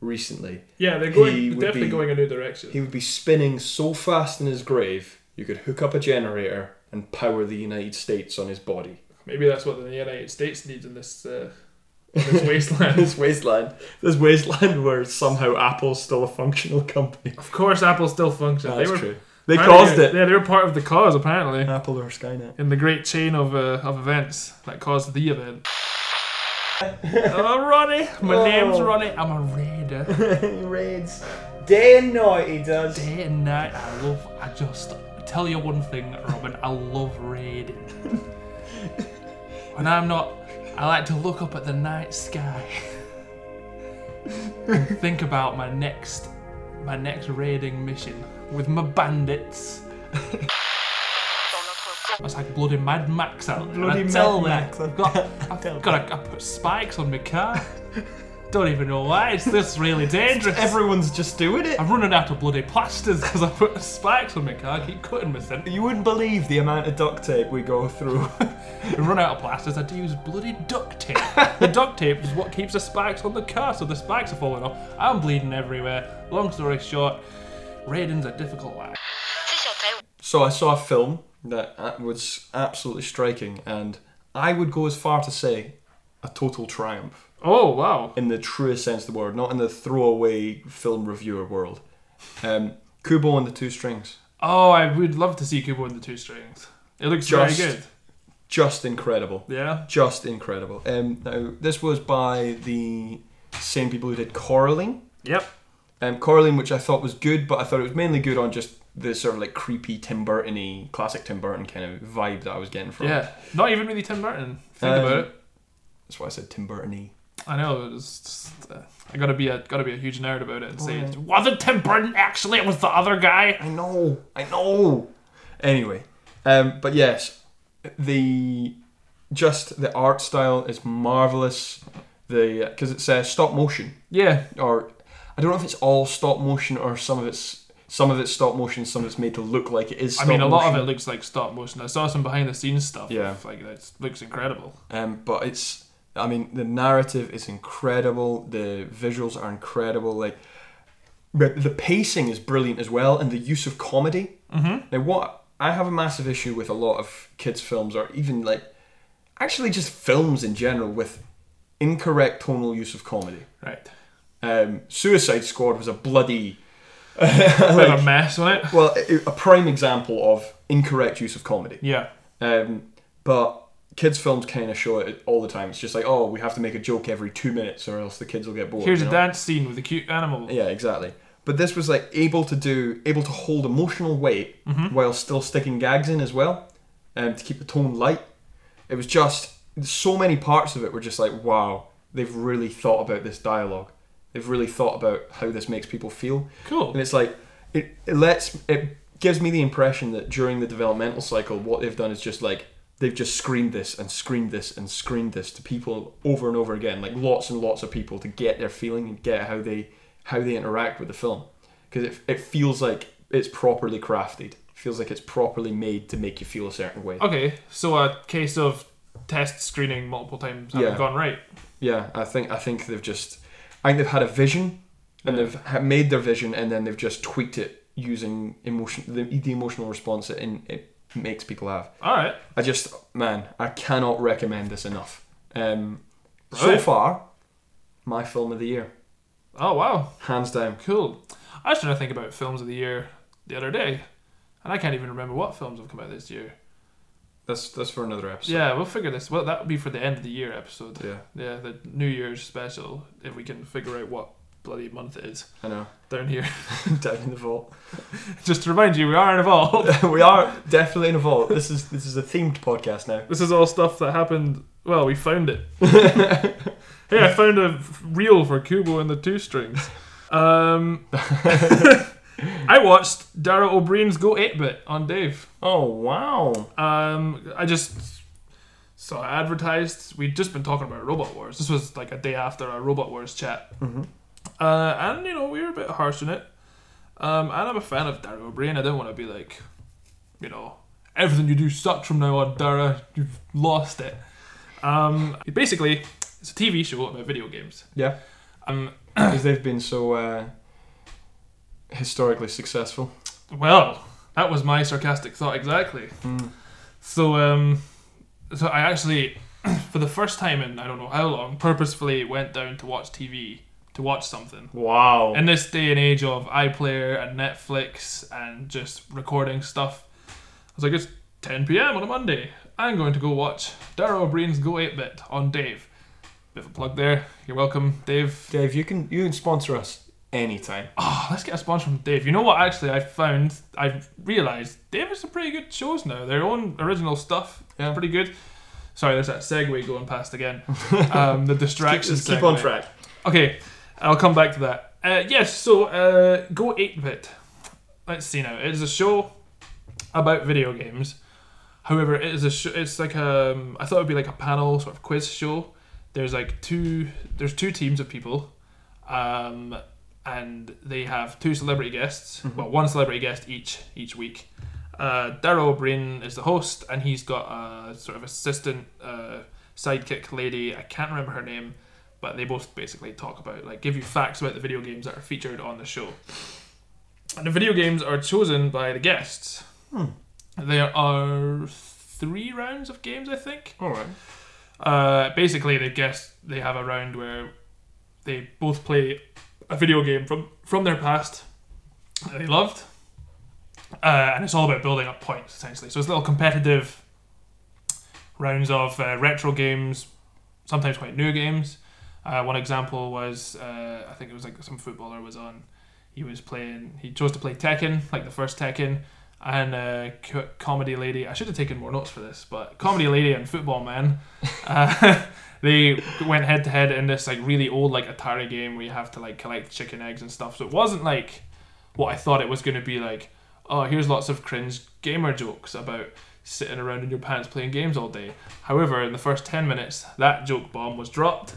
recently, Yeah, they're going- He would definitely be- going a new direction. he would be spinning so fast in his grave, you could hook up a generator and power the United States on his body. [laughs] Maybe that's what the United States needs in this uh, this [laughs] wasteland. this wasteland. This wasteland where somehow Apple's still a functional company. of course, Apple still functions. That's they were true. They apparently- caused it. Yeah, they were part of the cause apparently Apple or Skynet. in the great chain of uh, of events that caused the [laughs] event. oh, Ronnie, my Oh. name's Ronnie. I'm a raider. Raids. Day and night he does. Day and night, I love. I just tell you one thing, Robin. I love raiding. when I'm not, I like to look up at the night sky and think about my next, my next raiding mission with my bandits. It's like bloody Mad Max out there. Bloody I tell Mad me, Max, I've I got, tell- I I've tell got, a, I put spikes on my car. Don't even know why. It's this really dangerous. Everyone's just doing it. I'm running out of bloody plasters because I put spikes on my car. I keep cutting myself. You wouldn't believe the amount of duct tape we go through. [laughs] I run out of plasters. I do use bloody duct tape. the duct tape is what keeps the spikes on the car, so the spikes are falling off. I'm bleeding everywhere. Long story short, raiding's a difficult life. so I saw a film that uh, was absolutely striking, and I would go as far to say a total triumph Oh wow! in the truest sense of the word, not in the throwaway film reviewer world. Um, Kubo and the Two Strings, Oh, I would love to see Kubo in the two strings. It looks Just- very good. just incredible. Yeah. just incredible. Um, now this was by the same people who did Coraline. Yep. Um, Coraline, which I thought was good, but I thought it was mainly good on just the sort of like creepy Tim Burton-y, classic Tim Burton kind of vibe that I was getting from. it. Yeah. Not even really Tim Burton. Think Um, about it. that's why I said Tim Burton-y. I know. It's just, uh, I gotta be a gotta be a huge nerd about it and say Alright. it wasn't Tim Burton actually. It was the other guy. I know, I know. Anyway, um, but yes, the just the art style is marvelous. The because it's uh, stop motion. Yeah. or I don't know if it's all stop motion or some of it's some of it's stop motion, some of it's made to look like it is. I Stop mean, a lot of motion. it looks like stop motion. I saw some behind the scenes stuff. Yeah. like that looks incredible. Um, but it's, I mean, the narrative is incredible. The visuals are incredible. Like, but the pacing is brilliant as well, and the use of comedy. Mm-hmm. Now, what I have a massive issue with a lot of kids' films, or even like, actually just films in general, with incorrect tonal use of comedy. Right, Um, Suicide Squad was a bloody [laughs] a bit of a mess on it. well, a a prime example of incorrect use of comedy. Yeah, Um, but kids' films kind of show it all the time. It's just like, oh, we have to make a joke every two minutes, or else the kids will get bored. here's you a know? dance scene with a cute animal. Oh, Yeah, exactly. But this was like able to do, able to hold emotional weight Mm-hmm. while still sticking gags in as well, um, to keep the tone light. It was just so many parts of it were just like, wow, they've really thought about this dialogue. They've really thought about how this makes people feel. And Cool. it's like it, it lets it gives me the impression that during the developmental cycle, what they've done is just like they've just screened this and screened this and screened this to people over and over again, like lots and lots of people to get their feeling and get how they how they interact with the film because it it feels like it's properly crafted. It feels like it's properly made to make you feel a certain way. Okay, so a case of test screening multiple times haven't Yeah. gone right. Yeah, I think I think they've just I think they've had a vision and they've ha- made their vision and then they've just tweaked it using emotion the, the emotional response it, in- it makes people have. All right. I just man, I cannot recommend this enough. Um, so Right. far, my film of the year, Oh wow, hands down. cool. I was trying to think about films of the year the other day, and I can't even remember what films have come out this year. That's that's for another episode. Yeah, we'll figure this. Well, that would be for the end of the year episode. Yeah. Yeah, the New Year's special. If we can figure out what bloody month it is I know. down here. [laughs] Down in the vault. [laughs] [laughs] Just to remind you, we are in a vault. we are definitely in a vault. This is this is a themed podcast now. This is all stuff that happened. Well, we found it. hey, I found a reel for Kubo and the Two Strings. Um, [laughs] I watched Dara O'Brien's Go 8 Bit on Dave. Oh wow. Um, I just saw it advertised. We'd just been talking about Robot Wars. This was like a day after our Robot Wars chat. hmm Uh, and, you know, we were a bit harsh on it. Um, and I'm a fan of Dara O'Brien. I don't want to be like, you know, everything you do sucks from now on, Dara. You've lost it. Um, basically, it's a TV show about video games. Yeah, Um, because they've been so uh, historically successful. well, that was my sarcastic thought exactly. So, um, so I actually, [clears throat] for the first time in I don't know how long, purposefully went down to watch TV to watch something. Wow. in this day and age of iPlayer and Netflix and just recording stuff, I was like, it's 10 p.m. on a Monday. I'm going to go watch Darrow O'Brien's Go 8 Bit on Dave. Bit of a plug there. You're welcome, Dave. Dave, you can you can sponsor us anytime. Oh, let's get a sponsor from Dave. You know what? Actually, I found I've realized Dave has some pretty good shows now. Their own original stuff, Yeah. pretty good. Sorry, there's that segue going past again. [laughs] Um, the distraction. Just keep on segue. track. Okay, I'll come back to that. Uh, yes, so uh, Go 8 Bit. Let's see now. It is a show about video games. However, it is a sh- it's like um, I thought it'd be like a panel sort of quiz show. There's like two there's two teams of people, um, and they have two celebrity guests. Well, one celebrity guest each each week. Uh, Darrow O'Brien is the host, and he's got a sort of assistant uh, sidekick lady. I can't remember her name, but they both basically talk about like give you facts about the video games that are featured on the show. And the video games are chosen by the guests. Hmm. There are three rounds of games, I think. All right. Uh, basically, the guests they have a round where they both play a video game from from their past that they loved, uh, and it's all about building up points essentially. So it's little competitive rounds of uh, retro games, sometimes quite new games. Uh, one example was uh, I think it was like some footballer was on. He was playing. He chose to play Tekken, like the first Tekken, and uh, co- comedy lady. I should have taken more notes for this, but comedy lady and football man. Uh, [laughs] they went head to head in this like really old like Atari game where you have to like collect chicken eggs and stuff. So it wasn't like what I thought it was going to be like. Oh, here's lots of cringe gamer jokes about sitting around in your pants playing games all day. However, in the first ten minutes, that joke bomb was dropped.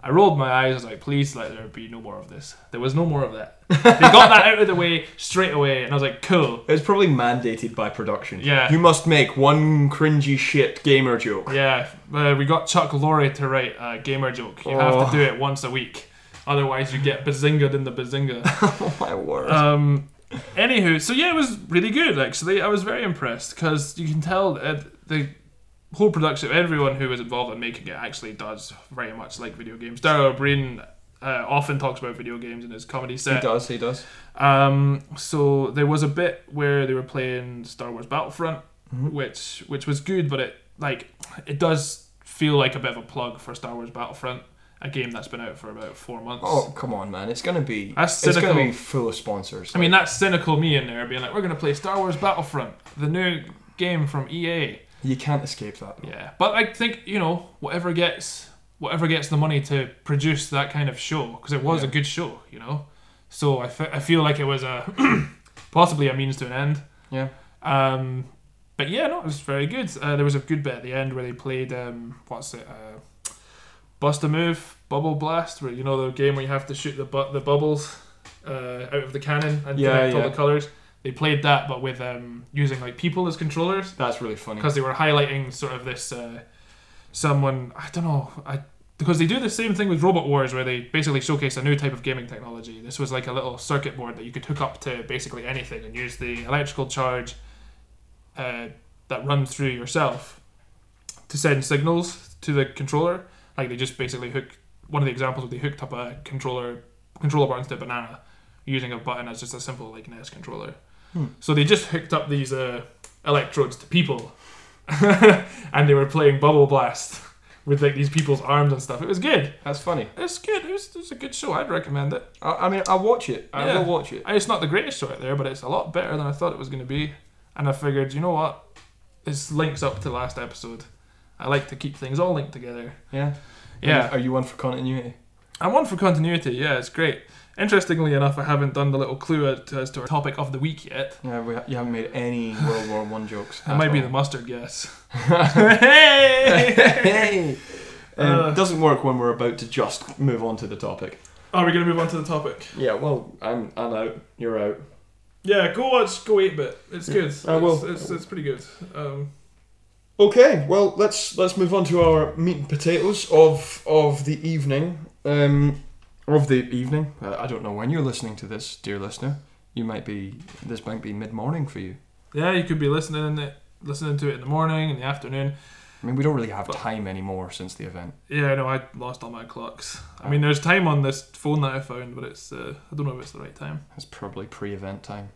I rolled my eyes. I was like, "Please let there be no more of this." There was no more of that. They got that out of the way straight away, and I was like, "Cool." It was probably mandated by production. Yeah. You must make one cringy shit [laughs] gamer joke. Yeah, uh, we got Chuck Lorre to write a gamer joke. You have Oh. to do it once a week, otherwise you get bazingaed in the bazinga. Oh my word. Um, anywho, so yeah, it was really good actually. I was very impressed because you can tell that the whole production, everyone who was involved in making it actually does very much like video games. Daryl O'Brien uh, often talks about video games in his comedy he set. does. He does. Um, so there was a bit where they were playing Star Wars Battlefront, which which was good, but it like it does feel like a bit of a plug for Star Wars Battlefront, a game that's been out for about four months. Oh come on, man! It's gonna be. That's it's gonna cynical. be full of sponsors. I mean, that's cynical me in there being like, we're gonna play Star Wars Battlefront, the new game from E EA. you can't escape that. Yeah, but I think you know whatever gets whatever gets the money to produce that kind of show because it was Yeah. a good show, you know. So I, fe- I feel like it was a [coughs] possibly a means to an end. Yeah. Um, but yeah, no, it was very good. Uh, there was a good bit at the end where they played um, what's it, uh, Bust a Move, Bubble Blast, where you know the game where you have to shoot the bu- the bubbles uh, out of the cannon and Yeah, collect all yeah. the colors. They played that, but with um, using like people as controllers That's really funny. because they were highlighting sort of this uh, someone I don't know I because they do the same thing with Robot Wars where they basically showcase a new type of gaming technology. This was like a little circuit board that you could hook up to basically anything and use the electrical charge uh, that runs through yourself to send signals to the controller. Like they just basically hook one of the examples where they hooked up a controller controller buttons to a banana using a button as just a simple like NES controller. Hmm. So they just hooked up these [laughs] uh, electrodes to people and they were playing Bubble Blast with like these people's arms and stuff. It was good. That's funny. It's good. It was, it was a good show. I'd recommend it. I, I mean, I'll watch it. I Yeah. will watch it. I- It's not the greatest show out there, but it's a lot better than I thought it was going to be. And I figured, you know what? This links up to last episode. I like to keep things all linked together. Yeah. Yeah. Are you one for continuity? I'm one for continuity. Yeah, it's great. Interestingly enough, I haven't done the little clue as to, as to our topic of the week yet. Yeah, Uh, we, you haven't made [laughs] any World War One jokes. That at might be the all. mustard guess. [laughs] [laughs] hey! Hey! Uh, it doesn't work when we're about to just move on to the topic. Are we going to move on to the topic? Yeah, well, I'm I'm out. You're out. Yeah, go watch Go 8 Bit. It's good. I will. It's, it's, it's pretty good. Um, Okay, well let's let's move on to our meat and potatoes of of the evening. Um, of the evening. Uh, I don't know when you're listening to this, dear listener. You might be this might be mid morning for you. yeah, you could be listening in it, listening to it in the morning, in the afternoon. I mean, we don't really have time anymore since the event. Yeah, no, I lost all my clocks. I mean, there's time on this phone that I found, but it's uh, I don't know if it's the right time. [laughs] It's probably pre-event time.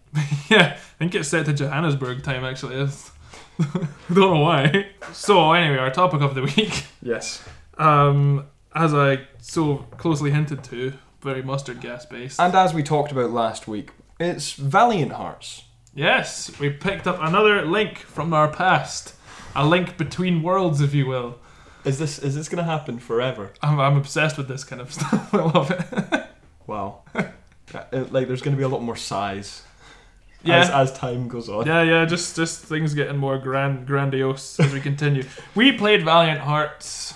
yeah, I think it's set to Johannesburg time actually. It's, [laughs] I don't know why. So anyway, our topic of the week, [laughs] Yes. um, as I so closely hinted to, very mustard gas based. And as we talked about last week, it's Valiant Hearts. Yes, we picked up another link from our past, a link between worlds, if you will. Is this is this gonna happen forever? I'm, I'm obsessed with this kind of [laughs] stuff. I love it. [laughs] Wow. Yeah, it- like there's gonna be a lot more sighs Yeah. as, as time goes on. Yeah, yeah, just just things getting more grand, grandiose as we [laughs] continue. we played Valiant Hearts,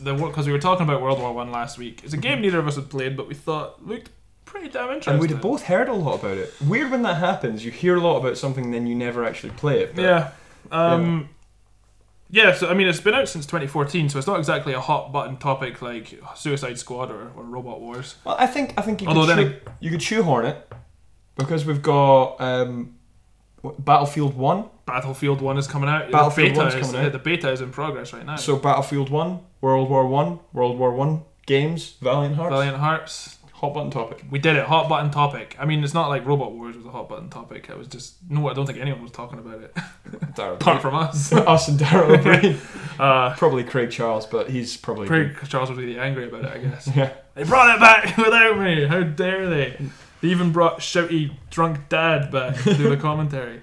the because we were talking about World War One last week. It's a game neither of us had played, but we thought looked pretty damn interesting. Mm-hmm. And we'd have both heard a lot about it. Weird when that happens. You hear a lot about something, then you never actually play it. but- Yeah. Um, yeah. So I mean, it's been out since 2014, so it's not exactly a hot button topic like Suicide Squad or, or Robot Wars. Well, I think I think you Although could then shoe- you could shoehorn it because we've got um, what, Battlefield One. Battlefield One is coming out. The Battlefield beta 1's is- coming out. The beta is in progress right now. So Battlefield One, World War One, World War One games, Valiant Hearts, Valiant Hearts, hot button topic. We did it. Hot button topic. I mean, it's not like Robot Wars was a hot button topic. It was just no. I don't think anyone was talking about it [laughs] Daryl, apart from us. [laughs] us and Daryl O'Brien. Uh, probably Craig Charles, but he's probably Craig Charles was really angry about it. I guess [laughs] yeah. they brought it back [laughs] without me. How dare they? They even brought shouty drunk dad back to do the [laughs] commentary.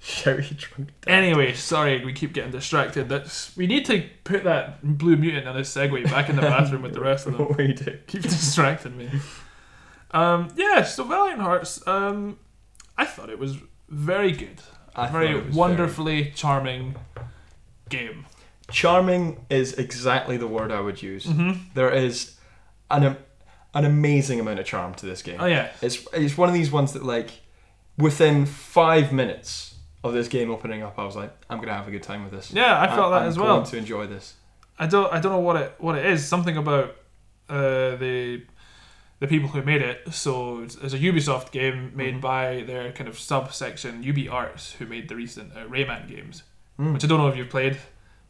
Shouty drunk. Anyway, sorry, we keep getting distracted. That's we need to put that blue mutant and his segue back in the bathroom with the rest of them. What [laughs] we do? keep [laughs] distracting me. Um, yeah, so Valiant Hearts. Um, I thought it was very good. I thought very it was wonderfully charming game. Charming is exactly the word I would use. Mm-hmm. There is an am- an amazing amount of charm to this game. Oh yeah, It's it's one of these ones that like within five minutes of this game opening up, I was like, I'm gonna have a good time with this. yeah. I felt I'm- that I'm as well. going to enjoy this. I don't. I don't know what it what it is. Something about uh, the the people who made it. So it's, it's a Ubisoft game made Mhm. by their kind of subsection UB Arts, who made the recent uh, Rayman games, Mm. which I don't know if you've played,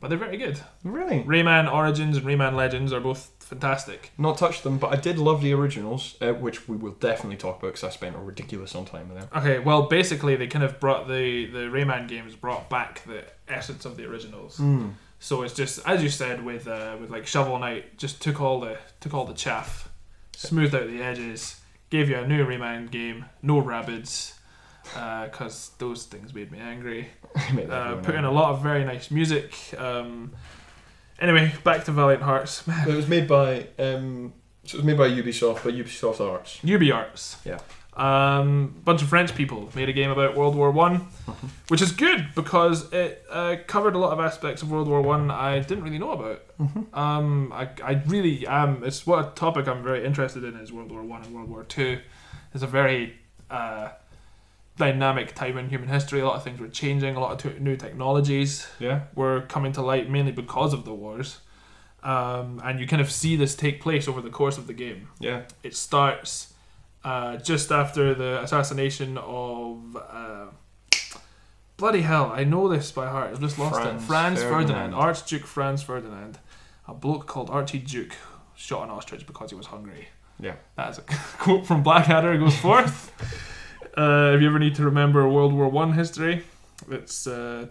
but they're very good. Really, Rayman Origins and Rayman Legends are both fantastic. not touched them, but I did love the originals, uh, which we will definitely talk about because I spent a ridiculous on time with them. Okay, well, basically, they kind of brought the the Rayman games brought back the essence of the Hmm. originals. [laughs] So it's just as you said with uh, with like Shovel Knight, just took all the took all the chaff, smoothed out the edges, gave you a new Rayman game, no rabbits, because those things made me angry. Made that Uh, everyone put in know. a lot of very nice music. Um, anyway, back to Valiant Hearts, But It was made by um, so it was made by Ubisoft, but Ubisoft Arts. Ubi Arts. Yeah. Um, bunch of French people made a game about World War One, which is good because it uh, covered a lot of aspects of World War One I, didn't really know about. Um, I, I really am. It's what a topic I'm very interested in is World War One and World War Two. It's a very uh, dynamic time in human history. A lot of things were changing. A lot of t- new technologies Yeah. were coming to light mainly because of the wars. Um, and you kind of see this take place over the course of the game Yeah. it starts uh, just after the assassination of uh, bloody hell I know this by heart I've just lost Franz it Franz Ferdinand. Ferdinand. Archduke Franz Ferdinand a bloke called Archie Duke shot an ostrich because he was hungry Yeah. that is a [laughs] quote from Blackadder goes [laughs] forth uh, if you ever need to remember World War One history it's uh,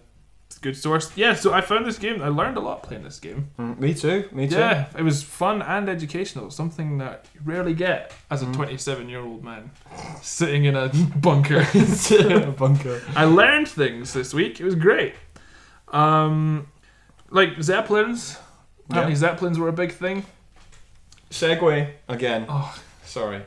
It's a good source. Yeah, so I found this game. I learned a lot playing this game. Mm, me too. Me too. [laughs] Yeah, it was fun and educational. Something that you rarely get as a Mm. 27-year-old man sitting in a [laughs] bunker. Yeah, bunker. I learned things this week. It was great. Um, like zeppelins. Apparently, zeppelins were a big thing. Segway again. Oh. sorry.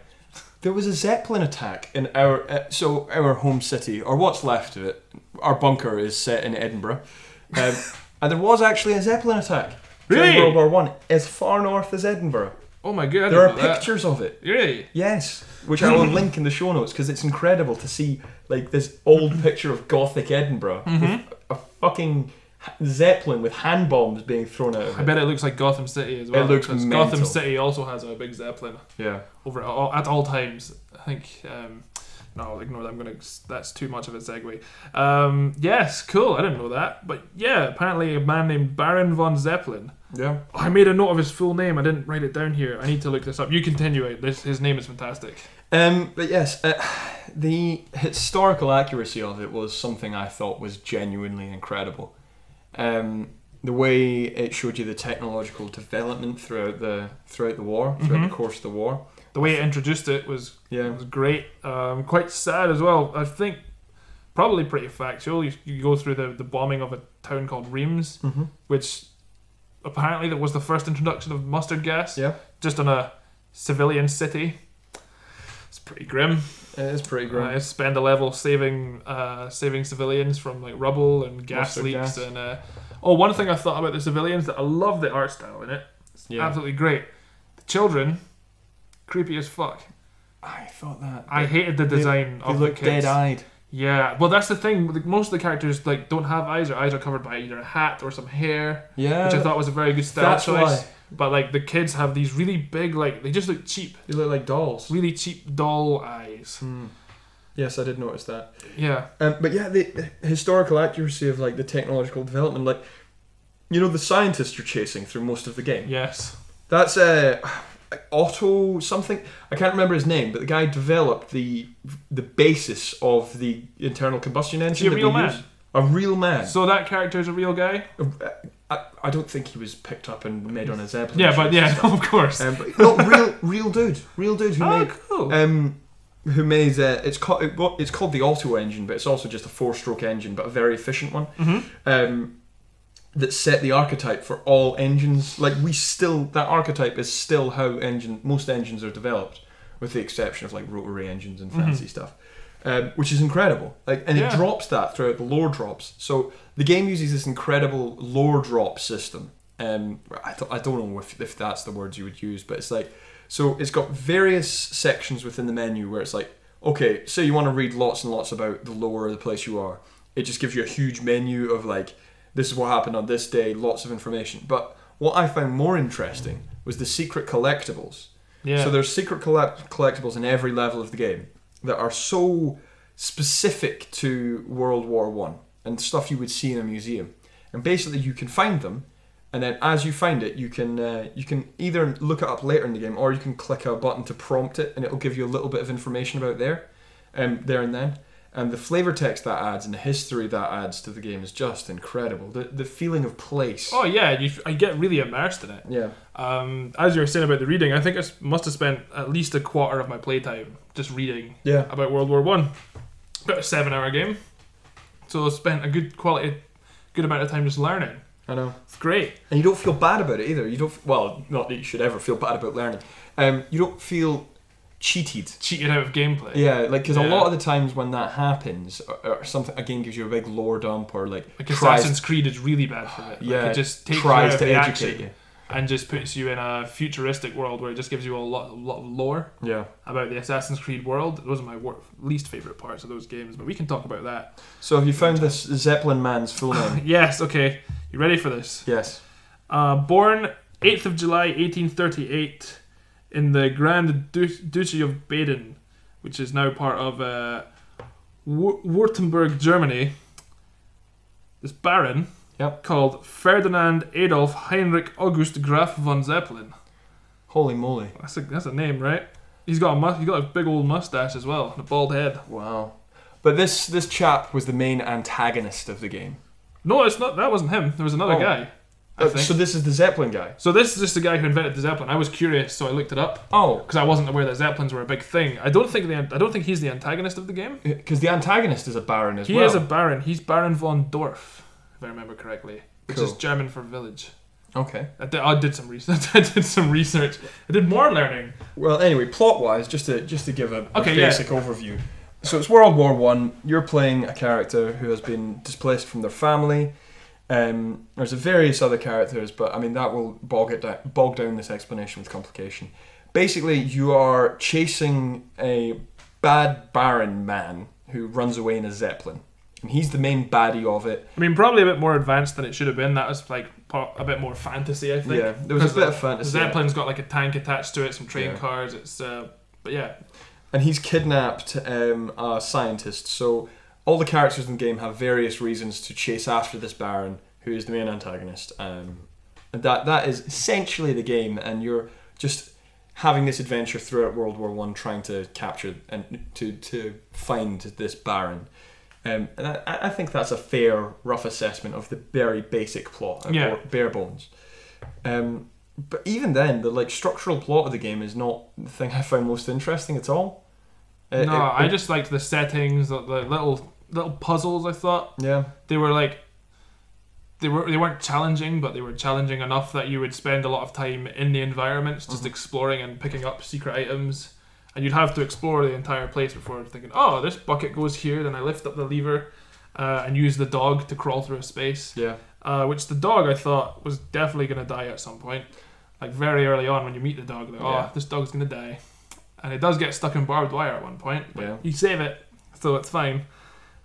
There was a zeppelin attack in our uh, so our home city or what's left of it. Our bunker is set in Edinburgh, [laughs] um, and there was actually a zeppelin attack during Really? World War One, as far north as Edinburgh. Oh my god! I There are didn't know that. pictures of it. Really? Yes, which I will link in the show notes because it's incredible to see like this old picture of Gothic Edinburgh with a fucking ha- zeppelin with hand bombs being thrown out of I it. bet it looks like Gotham City as well. It looks because mental. Gotham City also has a big zeppelin Yeah, over at all, at all times. I think. Um, no, ignore that. I'm gonna. That's too much of a segue. Um, yes, cool. I didn't know that, but yeah. Apparently, a man named Baron von Zeppelin. Oh, yeah. I made a note of his full name. I didn't write it down here. I need to look this up. You continue it. This his name is fantastic. Um, but yes, uh, the historical accuracy of it was something I thought was genuinely incredible. Um, the way it showed you the technological development throughout the throughout the war, throughout Mhm. the course of the war. The way it introduced it was It Yeah, was great. Um, quite sad as well. I think probably pretty factual. You, you go through the, the bombing of a town called Reims, mm-hmm. which apparently that was the first introduction of mustard gas. Yeah. Just on a civilian city. It's pretty grim. it is pretty great. Uh, I spend a level saving uh, saving civilians from like rubble and gas Mustard leaks gas. and uh, oh one thing I thought about the civilians that I love the art style in it. It's Yeah. absolutely great. The children, creepy as fuck. I thought that I hated the They- design they of look the kids. dead-eyed. Yeah, well, that's the thing. like, Most of the characters like don't have eyes. Their eyes are covered by either a hat or some hair, Yeah, which I thought was a very good style Uh, that's choice. why But like the kids have these really big, like they just look cheap, they look like dolls. really cheap doll eyes. Yes, I did notice that. Yeah, Um, but yeah, the the historical accuracy of like the technological development, like you know, the scientists are chasing through most of the game. yes, That's uh, Otto something. I can't remember his name, but the guy developed the the basis of the internal combustion is engine. he a that real we man? use. A real man. Uh, So that character is a real guy. I, I don't think he was picked up and made on a zeppelin. Yeah, but ship and yeah, [laughs] stuff. of course. um, but not real, real dude, real dude [laughs] who oh, made cool. um, who made uh, it's called it, well, it's called the Auto engine, but it's also just a four-stroke engine, but a very efficient one Mhm. um, that set the archetype for all engines. Like we still that archetype is still how engine most engines are developed, with the exception of like rotary engines and fancy stuff. Um, which is incredible, like, Mm-hmm. and Yeah. it drops that throughout the lore drops. So the game uses this incredible lore drop system. Um, I, don't, I don't know if, if that's the words you would use, but it's like so it's got various sections within the menu where it's like, okay, say you want to read lots and lots about the lore of the place you are. It just gives you a huge menu of like, this is what happened on this day, lots of information. But what I found more interesting was the secret collectibles. Yeah. So there's secret collect- collectibles in every level of the game that are so specific to World War One and stuff you would see in a museum. And basically, you can find them, and then as you find it, you can uh, you can either look it up later in the game, or you can click a button to prompt it, and it'll give you a little bit of information about there, um, there and then. And the flavor text that adds and the history that adds to the game is just incredible. The the feeling of place. oh yeah, you, I get really immersed in it. Yeah. Um, as you were saying about the reading, I think I s- must have spent at least a quarter of my playtime just reading Yeah. about World War One. About a seven hour game. So I spent a good quality good amount of time just learning. I know. It's great. and you don't feel bad about it either. You don't well, not that you should ever feel bad about learning. Um, you don't feel cheated. Cheated out of gameplay. Yeah, like because a Yeah. lot of the times when that happens, or, or something a game gives you a big lore dump, or like, Like tries, Assassin's Creed is really bad for it. Like, yeah, it just takes you out tries of to the educate action and just puts you in a futuristic world where it just gives you a lot, a lot of lore you. Yeah. about the Assassin's Creed world. Those are my wor- least favorite parts of those games, but we can talk about that. So have you found this Zeppelin man's [laughs] full name? Yes, okay. You ready for this? yes. Uh, born 8th of July 1838 in the Grand Du- Duchy of Baden, which is now part of uh, Wur- Württemberg, Germany. This baron Yep. called Ferdinand Adolf Heinrich August Graf von Zeppelin. Holy moly! That's a, that's a name, right? He's got a mu- he's got a big old mustache as well, and a bald head. Wow. But this this chap was the main antagonist of the game. No, it's not. That wasn't him. There was another Oh. guy. I Uh, think. so this is the Zeppelin guy. So this is just the guy who invented the zeppelin. I was curious, so I looked it up Oh, because I wasn't aware that zeppelins were a big thing. I don't think the I don't think he's the antagonist of the game. because Uh, the antagonist is a baron as He well. is a baron. He's Baron von Dorf, if I remember correctly, which is Cool. German for village. okay. I did, I did some research. [laughs] I did some research. I did more learning. Well, anyway, plot-wise, just to just to give a, a Okay, yeah. basic overview. So it's World War One. You're playing a character who has been displaced from their family. Um, there's various other characters, but I mean that will bog it down, bog down this explanation with complication. Basically, you are chasing a bad Baron man who runs away in a zeppelin, and he's the main baddie of it. I mean, probably a bit more advanced than it should have been. That was like po- a bit more fantasy, I think. yeah, there was a 'Cause bit of The fantasy. in it. Zeppelin's got like a tank attached to it, some train Yeah. cars. It's uh, but yeah, and he's kidnapped um, a scientist. So all the characters in the game have various reasons to chase after this Baron, who is the main antagonist. Um, and that that is essentially the game, and you're just having this adventure throughout World War One, trying to capture and to to find this Baron. Um, and I, I think that's a fair, rough assessment of the very basic plot, at Yeah. bare bones. Um, but even then, the like structural plot of the game is not the thing I found most interesting at all. Uh, It- no, it- I it- just liked the settings, the, the little little puzzles. I thought yeah, they were like they were they weren't challenging, but they were challenging enough that you would spend a lot of time in the environments, Mm-hmm. just exploring and picking up secret items. And you'd have to explore the entire place before thinking, oh, this bucket goes here. Then I lift up the lever uh, and use the dog to crawl through a space. yeah, uh, which the dog I thought was definitely going to die at some point. Like very early on when you meet the dog, like, oh, Yeah. this dog's going to die. And it does get stuck in barbed wire at one point, but Yeah. you save it, so it's fine.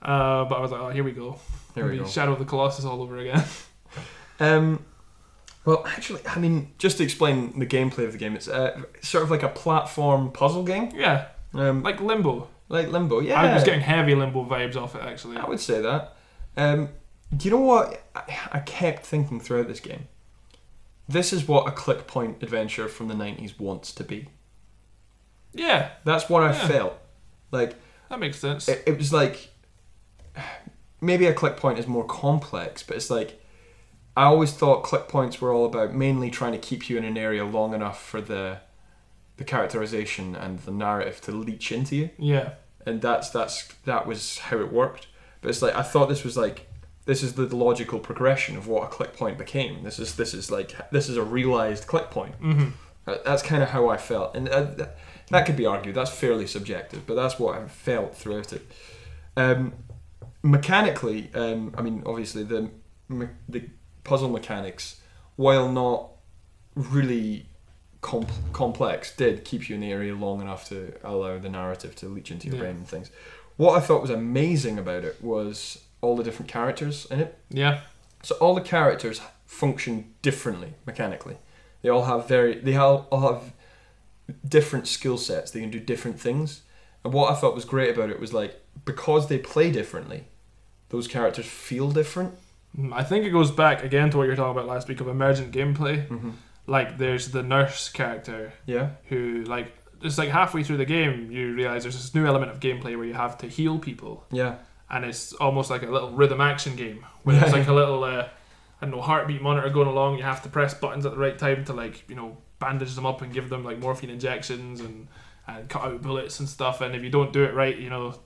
Uh, but I was like, oh, here we go. there we It'll go. be Shadow of the Colossus all over again. [laughs] Um, well, actually, I mean, just to explain the gameplay of the game, it's uh, sort of like a platform puzzle game, yeah, um, like like Limbo. like Limbo. Yeah, I was getting heavy Limbo vibes off it, actually. I would say that. Um, do you know what I, I kept thinking throughout this game? This is what a click point adventure from the '90s wants to be. Yeah, That's what I Yeah. felt. Like that makes sense. it, it was like maybe a click point is more complex, but it's like I always thought click points were all about mainly trying to keep you in an area long enough for the the characterization and the narrative to leach into you, yeah, and that's that's that was how it worked. But it's like I thought this was like this is the logical progression of what a click point became. This is this is like this is a realized click point. hmm Uh, That's kind of how I felt, and uh, th- that could be argued. That's fairly subjective, but that's what I felt throughout it. Um, mechanically, um, I mean, obviously the me- the puzzle mechanics, while not really com- complex, did keep you in the area long enough to allow the narrative to leach into your Yeah. brain and things. What I thought was amazing about it was all the different characters in it. yeah, So all the characters function differently mechanically. They all have very they all all have different skill sets. They can do different things. And what I thought was great about it was like because they play differently, those characters feel different. Mm, I think it goes back again to what you were talking about last week of emergent gameplay. Like there's the nurse character Yeah. who like just like halfway through the game you realize there's this new element of gameplay where you have to heal people Yeah. and it's almost like a little rhythm action game where there's like a little uh, I don't know heartbeat monitor going along you have to press buttons at the right time to like you know bandage them up and give them like morphine injections and and cut out bullets and stuff and if you don't do it right you know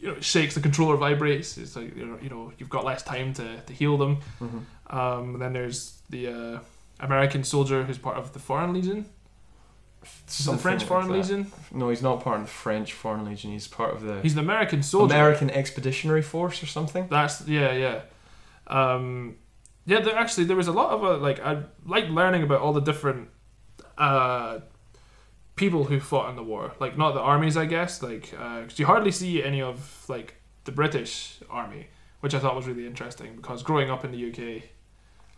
you know it shakes the controller vibrates it's like you know, you know you've got less time to, to heal them Mhm. um, and then there's the uh, American soldier who's part of the Foreign Legion Is it the Something French like Foreign that. Legion No, he's not part of the French Foreign Legion. He's part of the He's an American soldier. American Expeditionary Force or something. That's yeah, yeah, um, yeah. There actually there was a lot of uh, like I like learning about all the different uh, people who fought in the war. Like not the armies, I guess. Like uh 'cause you hardly see any of like the British army, which I thought was really interesting because growing up in the UK.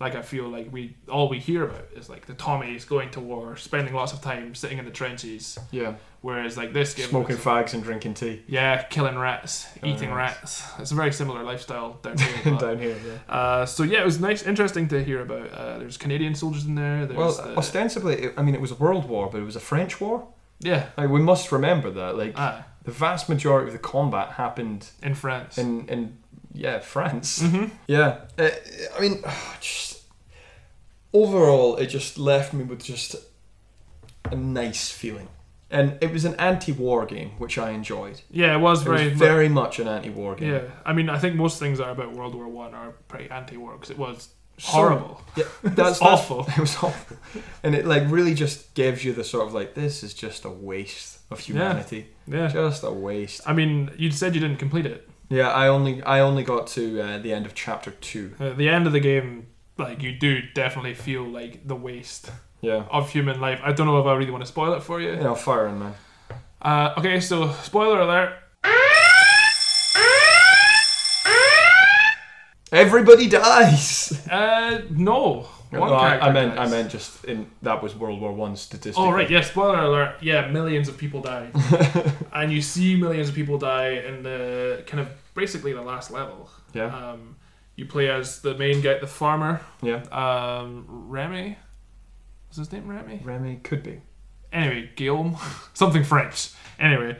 Like I feel like we all we hear about is like the Tommies going to war, spending lots of time sitting in the trenches. Yeah. Whereas like this game, Smoking fags and drinking tea yeah, killing rats, Killing eating rats. rats. It's a very similar lifestyle [laughs] down [laughs] here. but- down here. Yeah. uh, so yeah, it was nice, interesting to hear about. Uh, there's Canadian soldiers in there. There's Well, the- ostensibly, it, I mean, it was a world war, but it was a French war. yeah, Like, we must remember that. Like, ah, The vast majority of the combat happened in France. in in yeah, France. hmm Yeah, uh, I mean, [sighs] just overall, it just left me with just a nice feeling, and it was an anti-war game, which I enjoyed. Yeah, it was It very. was very much an anti-war game. yeah, I mean, I think most things that are about World War One are pretty anti-war because it was So- horrible. Yeah, [laughs] that's, [laughs] That's that's- awful. [laughs] It was awful, and it like really just gives you the sort of like this is just a waste of humanity, Yeah, just a waste. I mean, you said you didn't complete it. Yeah, I only I only got to uh, the end of chapter two. At Uh, the end of the game, like you do definitely feel like the waste Yeah, of human life. I don't know if I really want to spoil it for you. you know, firing man. Uh, okay, so spoiler alert. Everybody [laughs] dies. Uh, no. One No, I, character I meant dies. I meant just in that was World War One statistic. Oh right, yeah. Spoiler alert. Yeah, millions of people die, and you see millions of people die in the kind of basically the last level. yeah, Um, you play as the main guy, the farmer, yeah. um, Remy. Was his name Remy? Remy could be. Anyway, Guillaume, [laughs] something French. Anyway,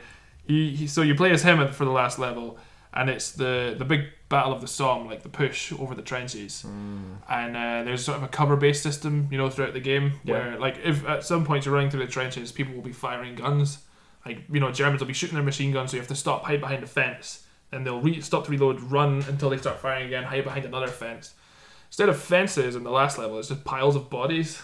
he, he so you play as him for the last level, and it's the the big battle of the Somme, like the push over the trenches and uh, there's sort of a cover-based system, you know, throughout the game Yeah. where, like, if at some point you're running through the trenches, people will be firing guns. Like, you know, Germans will be shooting their machine guns, so you have to stop, hide behind a fence, then they'll re- stop to reload, run until they start firing again, hide behind another fence. Instead of fences in the last level, it's just piles of bodies.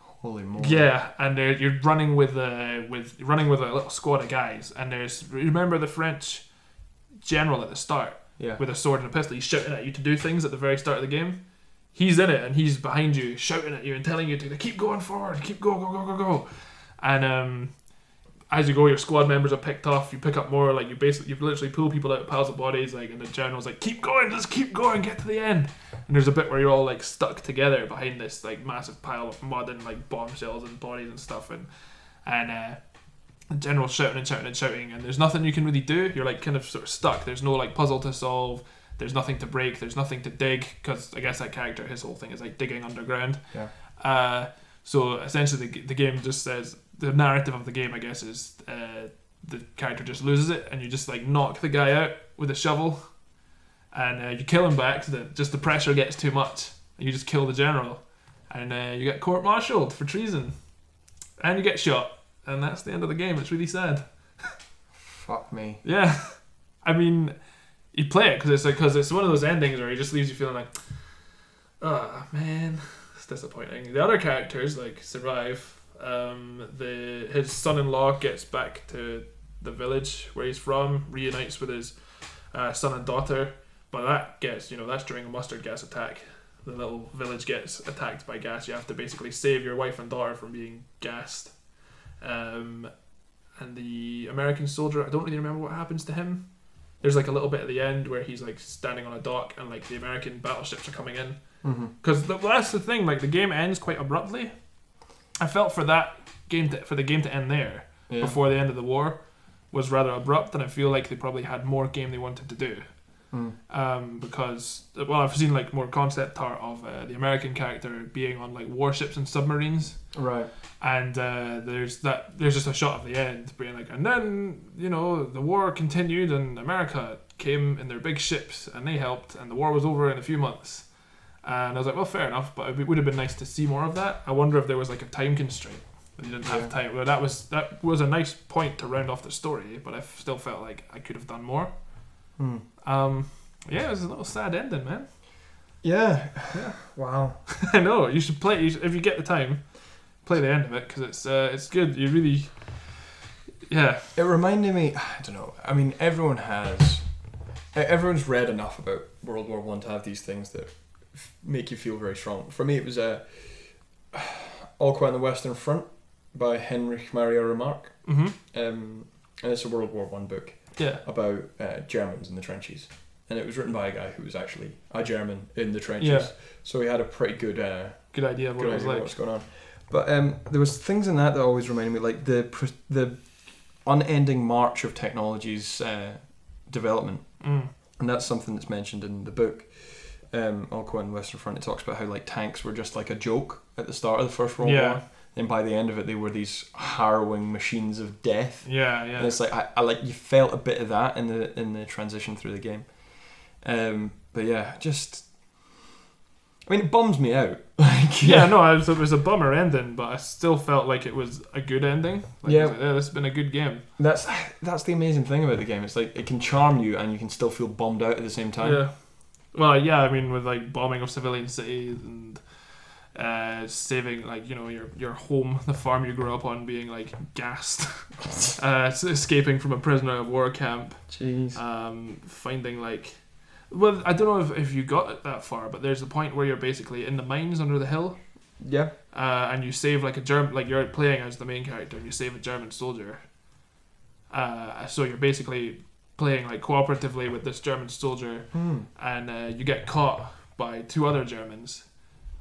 Holy moly! Yeah, and they're, you're running with a with running with a little squad of guys, and there's remember the French general at the start yeah. with a sword and a pistol. He's shouting at you to do things at the very start of the game. He's in it and he's behind you, shouting at you and telling you to keep going forward, keep go, go, go, go, go. And um, as you go, your squad members are picked off. You pick up more. Like you basically, you literally pull people out of piles of bodies. Like and the general's like, keep going, just keep going, get to the end. And there's a bit where you're all like stuck together behind this like massive pile of mud and like bombshells and bodies and stuff. And and uh, the general's shouting and shouting and shouting, and there's nothing you can really do. You're like kind of sort of stuck. There's no like puzzle to solve. There's nothing to break. There's nothing to dig because I guess that character, his whole thing is like digging underground. Yeah. Uh, so essentially, the, the game just says the narrative of the game, I guess, is uh, the character just loses it, and you just like knock the guy out with a shovel, and uh, you kill him back. So that just the pressure gets too much, and you just kill the general, and uh, you get court-martialed for treason, and you get shot, and that's the end of the game. It's really sad. Fuck me. Yeah, [laughs] I mean, you play it because it's like because it's one of those endings where it just leaves you feeling like, ah man, it's disappointing. The other characters like survive. Um, the his son-in-law gets back to the village where he's from, reunites with his uh, son and daughter, but that gets you know that's during a mustard gas attack. The little village gets attacked by gas. You have to basically save your wife and daughter from being gassed. Um, and the American soldier. I don't really remember what happens to him. There's like a little bit at the end where he's like standing on a dock and like the American battleships are coming in. Mm-hmm. Because that's the thing, like the game ends quite abruptly. I felt for that game to, for the game to end there Yeah. before the end of the war was rather abrupt, and I feel like they probably had more game they wanted to do. Mm. Um, because well, I've seen like more concept art of uh, the American character being on like warships and submarines Right. and uh, there's that there's just a shot of the end being like and then you know the war continued and america came in their big ships and they helped and the war was over in a few months and i was like well fair enough but it would have been nice to see more of that i wonder if there was like a time constraint but you didn't have Yeah. time well that was that was a nice point to round off the story but i f- still felt like i could have done more Hmm. um yeah it was a little sad ending man [laughs] Yeah. Wow. I know you should play you should- if you get the time. Play the end of it because it's uh, it's good. You really, yeah, It reminded me. [sighs] I don't know. I mean, everyone has. e- Everyone's read enough about World War One to have these things that f- make you feel very strong. For me, it was uh, [sighs] All Quiet on the Western Front by Heinrich Maria Remarque, mm-hmm. um, and it's a World War One book. yeah, about uh, Germans in the trenches, and it was written by a guy who was actually a German in the trenches. Yeah. So he had a pretty good, uh, good idea of what good it was idea of like. what's going on. But um, there was things in that that always reminded me, like the pr- the unending march of technologies uh, development, Mm. and that's something that's mentioned in the book. Um, Alcoa and Western Front. It talks about how like tanks were just like a joke at the start of the First World Yeah. War, and by the end of it, they were these harrowing machines of death. Yeah, And [laughs] yeah, it's like I, I like you felt a bit of that in the in the transition through the game. Um, but yeah, just. I mean, it bums me out. [laughs] [laughs] Like, Yeah, no, I was, it was a bummer ending, but I still felt like it was a good ending. Like, Yeah. yeah, like, yeah, this has been a good game. that's that's the amazing thing about the game. It's like it can charm you, and you can still feel bummed out at the same time. Yeah. Well, yeah, I mean, with like bombing of civilian cities and uh, saving like you know your your home, [laughs] the farm you grew up on, being like [laughs] gassed, uh, s- escaping from a prisoner of war camp, Jeez. um, finding like. Well, I don't know if, if you got it that far, but there's the point where you're basically in the mines under the hill, Yeah. uh, and you save like a German, like you're playing as the main character, and you save a German soldier. Uh, so you're basically playing like cooperatively with this German soldier, Hmm. and uh, you get caught by two other Germans,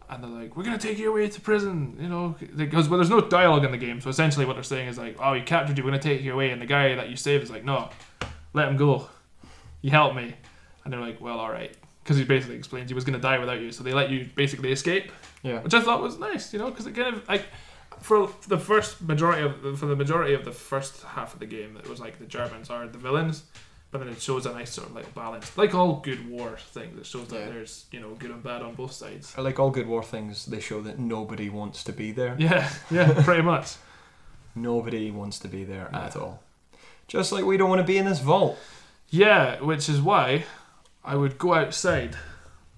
and they're like, "We're gonna take you away to prison," you know, because well, there's no dialogue in the game, so essentially what they're saying is like, "Oh, we captured you. We're gonna take you away," and the guy that you save is like, "No, let him go. You helped me," and they're like, "Well, all right," because he basically explains he was gonna die without you, so they let you basically escape Yeah. which I thought was nice, you know, because it kind of like for the first majority of for the majority of the first half of the game, it was like the Germans are the villains, but then it shows a nice sort of like balance, like all good war things. It shows that Yeah. there's you know good and bad on both sides. Like all good war things, they show that nobody wants to be there. Yeah, yeah, [laughs] pretty much. Nobody wants to be there at Yeah. all. Just like we don't want to be in this vault. Yeah, which is why I would go outside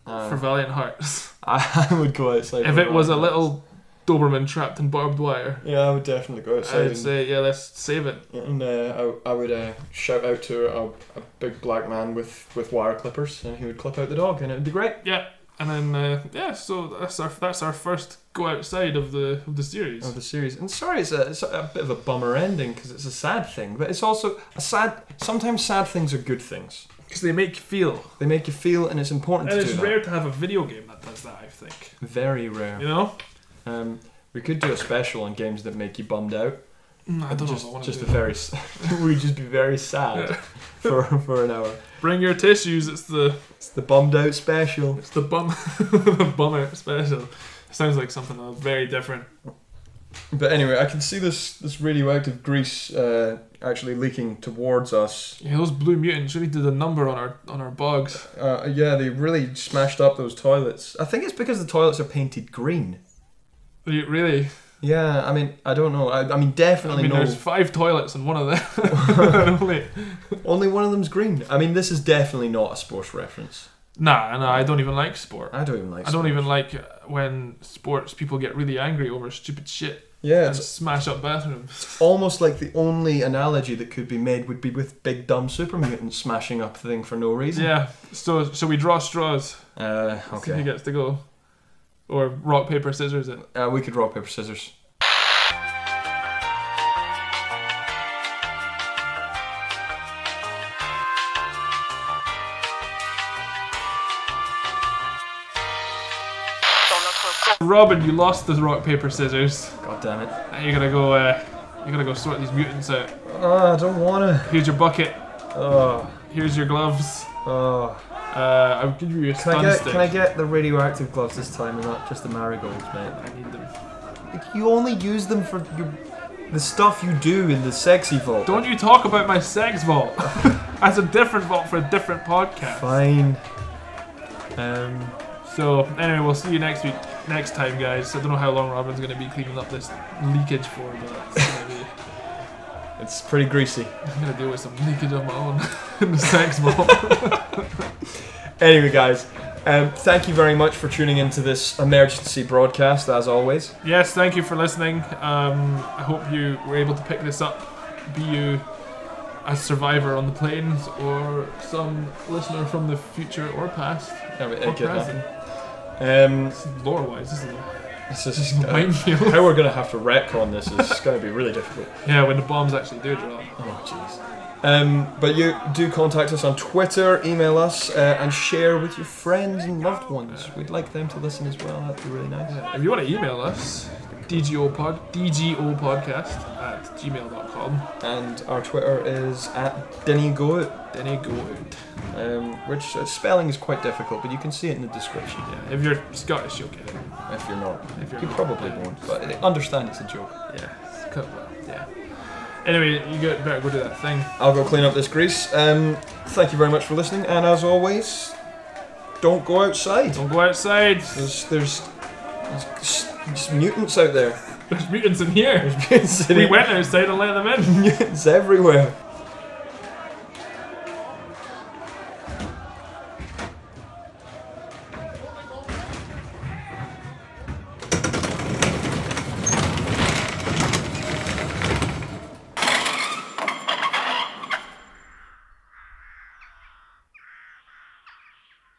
Um, [laughs] for Valiant Hearts I, I would go outside. if for it was a that. little Doberman trapped in barbed wire. Yeah, I would definitely go outside. I'd say yeah, let's save it. and, and, uh, I, I would uh, shout out to a, a big black man with, with wire clippers, and he would clip out the dog, and it would be great. Yeah, and then uh, yeah, so that's our that's our first go outside of the of the series. Of the series. And sorry, it's a, it's a bit of a bummer ending because it's a sad thing, but it's also a sad. Sometimes sad things are good things. Because they make you feel. They make you feel, and it's important And to it's do that. rare to have a video game that does that, I think. Very rare. You know? Um, we could do a special on games that make you bummed out. Mm, I don't just, know. What just a very. s- [laughs] we'd just be [laughs] very sad for for an hour. Bring your tissues. It's the It's the bummed out special. it's the bum [laughs] the bummer special. Sounds like something uh, very different. But anyway, I can see this this radioactive grease uh, actually leaking towards us. Yeah, those blue mutants really did a number on our on our bogs. Uh, yeah, they really smashed up those toilets. I think it's because the toilets are painted green. Re- Really? Yeah, I mean, I don't know. I, I mean, definitely I mean, no. there's five toilets and one of [laughs] them. [laughs] Only- Only one of them's green. I mean, this is definitely not a sports reference. nah, nah, I don't even like sport. I don't even like. I don't sports. even like uh, when sports people get really angry over stupid shit Yeah, and it's smash up [laughs] bathrooms. almost like the only analogy that could be made would be with big dumb super mutant smashing up the thing for no reason. Yeah. So, so we draw straws. Uh, See who okay. gets to go. Or rock, paper, scissors it. Uh, we could rock paper scissors. Robin, you lost the rock, paper, scissors. God damn it. And you're gonna go uh, you're gonna go sort these mutants out. Ah, Oh, I don't wanna. Here's your bucket, Oh, here's your gloves. oh. Uh, I'll give you your Can stun I get stick. can I get the radioactive gloves this time and not just the marigolds, mate? I need them. Like, you only use them for your, the stuff you do in the sexy vault. Don't you talk about my sex vault. [laughs] That's a different vault for a different podcast. Fine. Um. So anyway, we'll see you next week, next time, guys. I don't know how long Robin's gonna be cleaning up this leakage for, but it's gonna be, It's pretty greasy. I'm gonna deal with some leakage of my own [laughs] in the sex vault. Anyway, guys, um, thank you very much for tuning into this emergency broadcast, as always. Yes, thank you for listening. Um, I hope you were able to pick this up, be you a survivor on the plains or some listener from the future or past or present. Um, Lore wise, isn't it? this is, uh, [laughs] Minefield. how we're going to have to retcon this is going to be really difficult. yeah, when the bombs actually do drop. Oh, jeez. Um, but you do contact us on Twitter, email us, uh, and share with your friends and loved ones. We'd like them to listen as well. That'd be really nice. Yeah. If you want to email us, dgopod, dgopodcast at gmail.com. And our Twitter is at Denny Goat, Denny Goat. um, which uh, spelling is quite difficult, but you can see it in the description Yeah, if you're Scottish, you'll get it. if you're not. If you're You not, probably yeah. won't, but I understand it's a joke. Yeah. it's cut- well, Yeah. Anyway, you get better go do that thing. I'll go clean up this grease. Um, thank you very much for listening, and as always, don't go outside. Don't go outside. There's there's, there's, s- s- mutants out there. [laughs] There's mutants in here. There's mutants, in We it. went outside and let them in. mutants everywhere.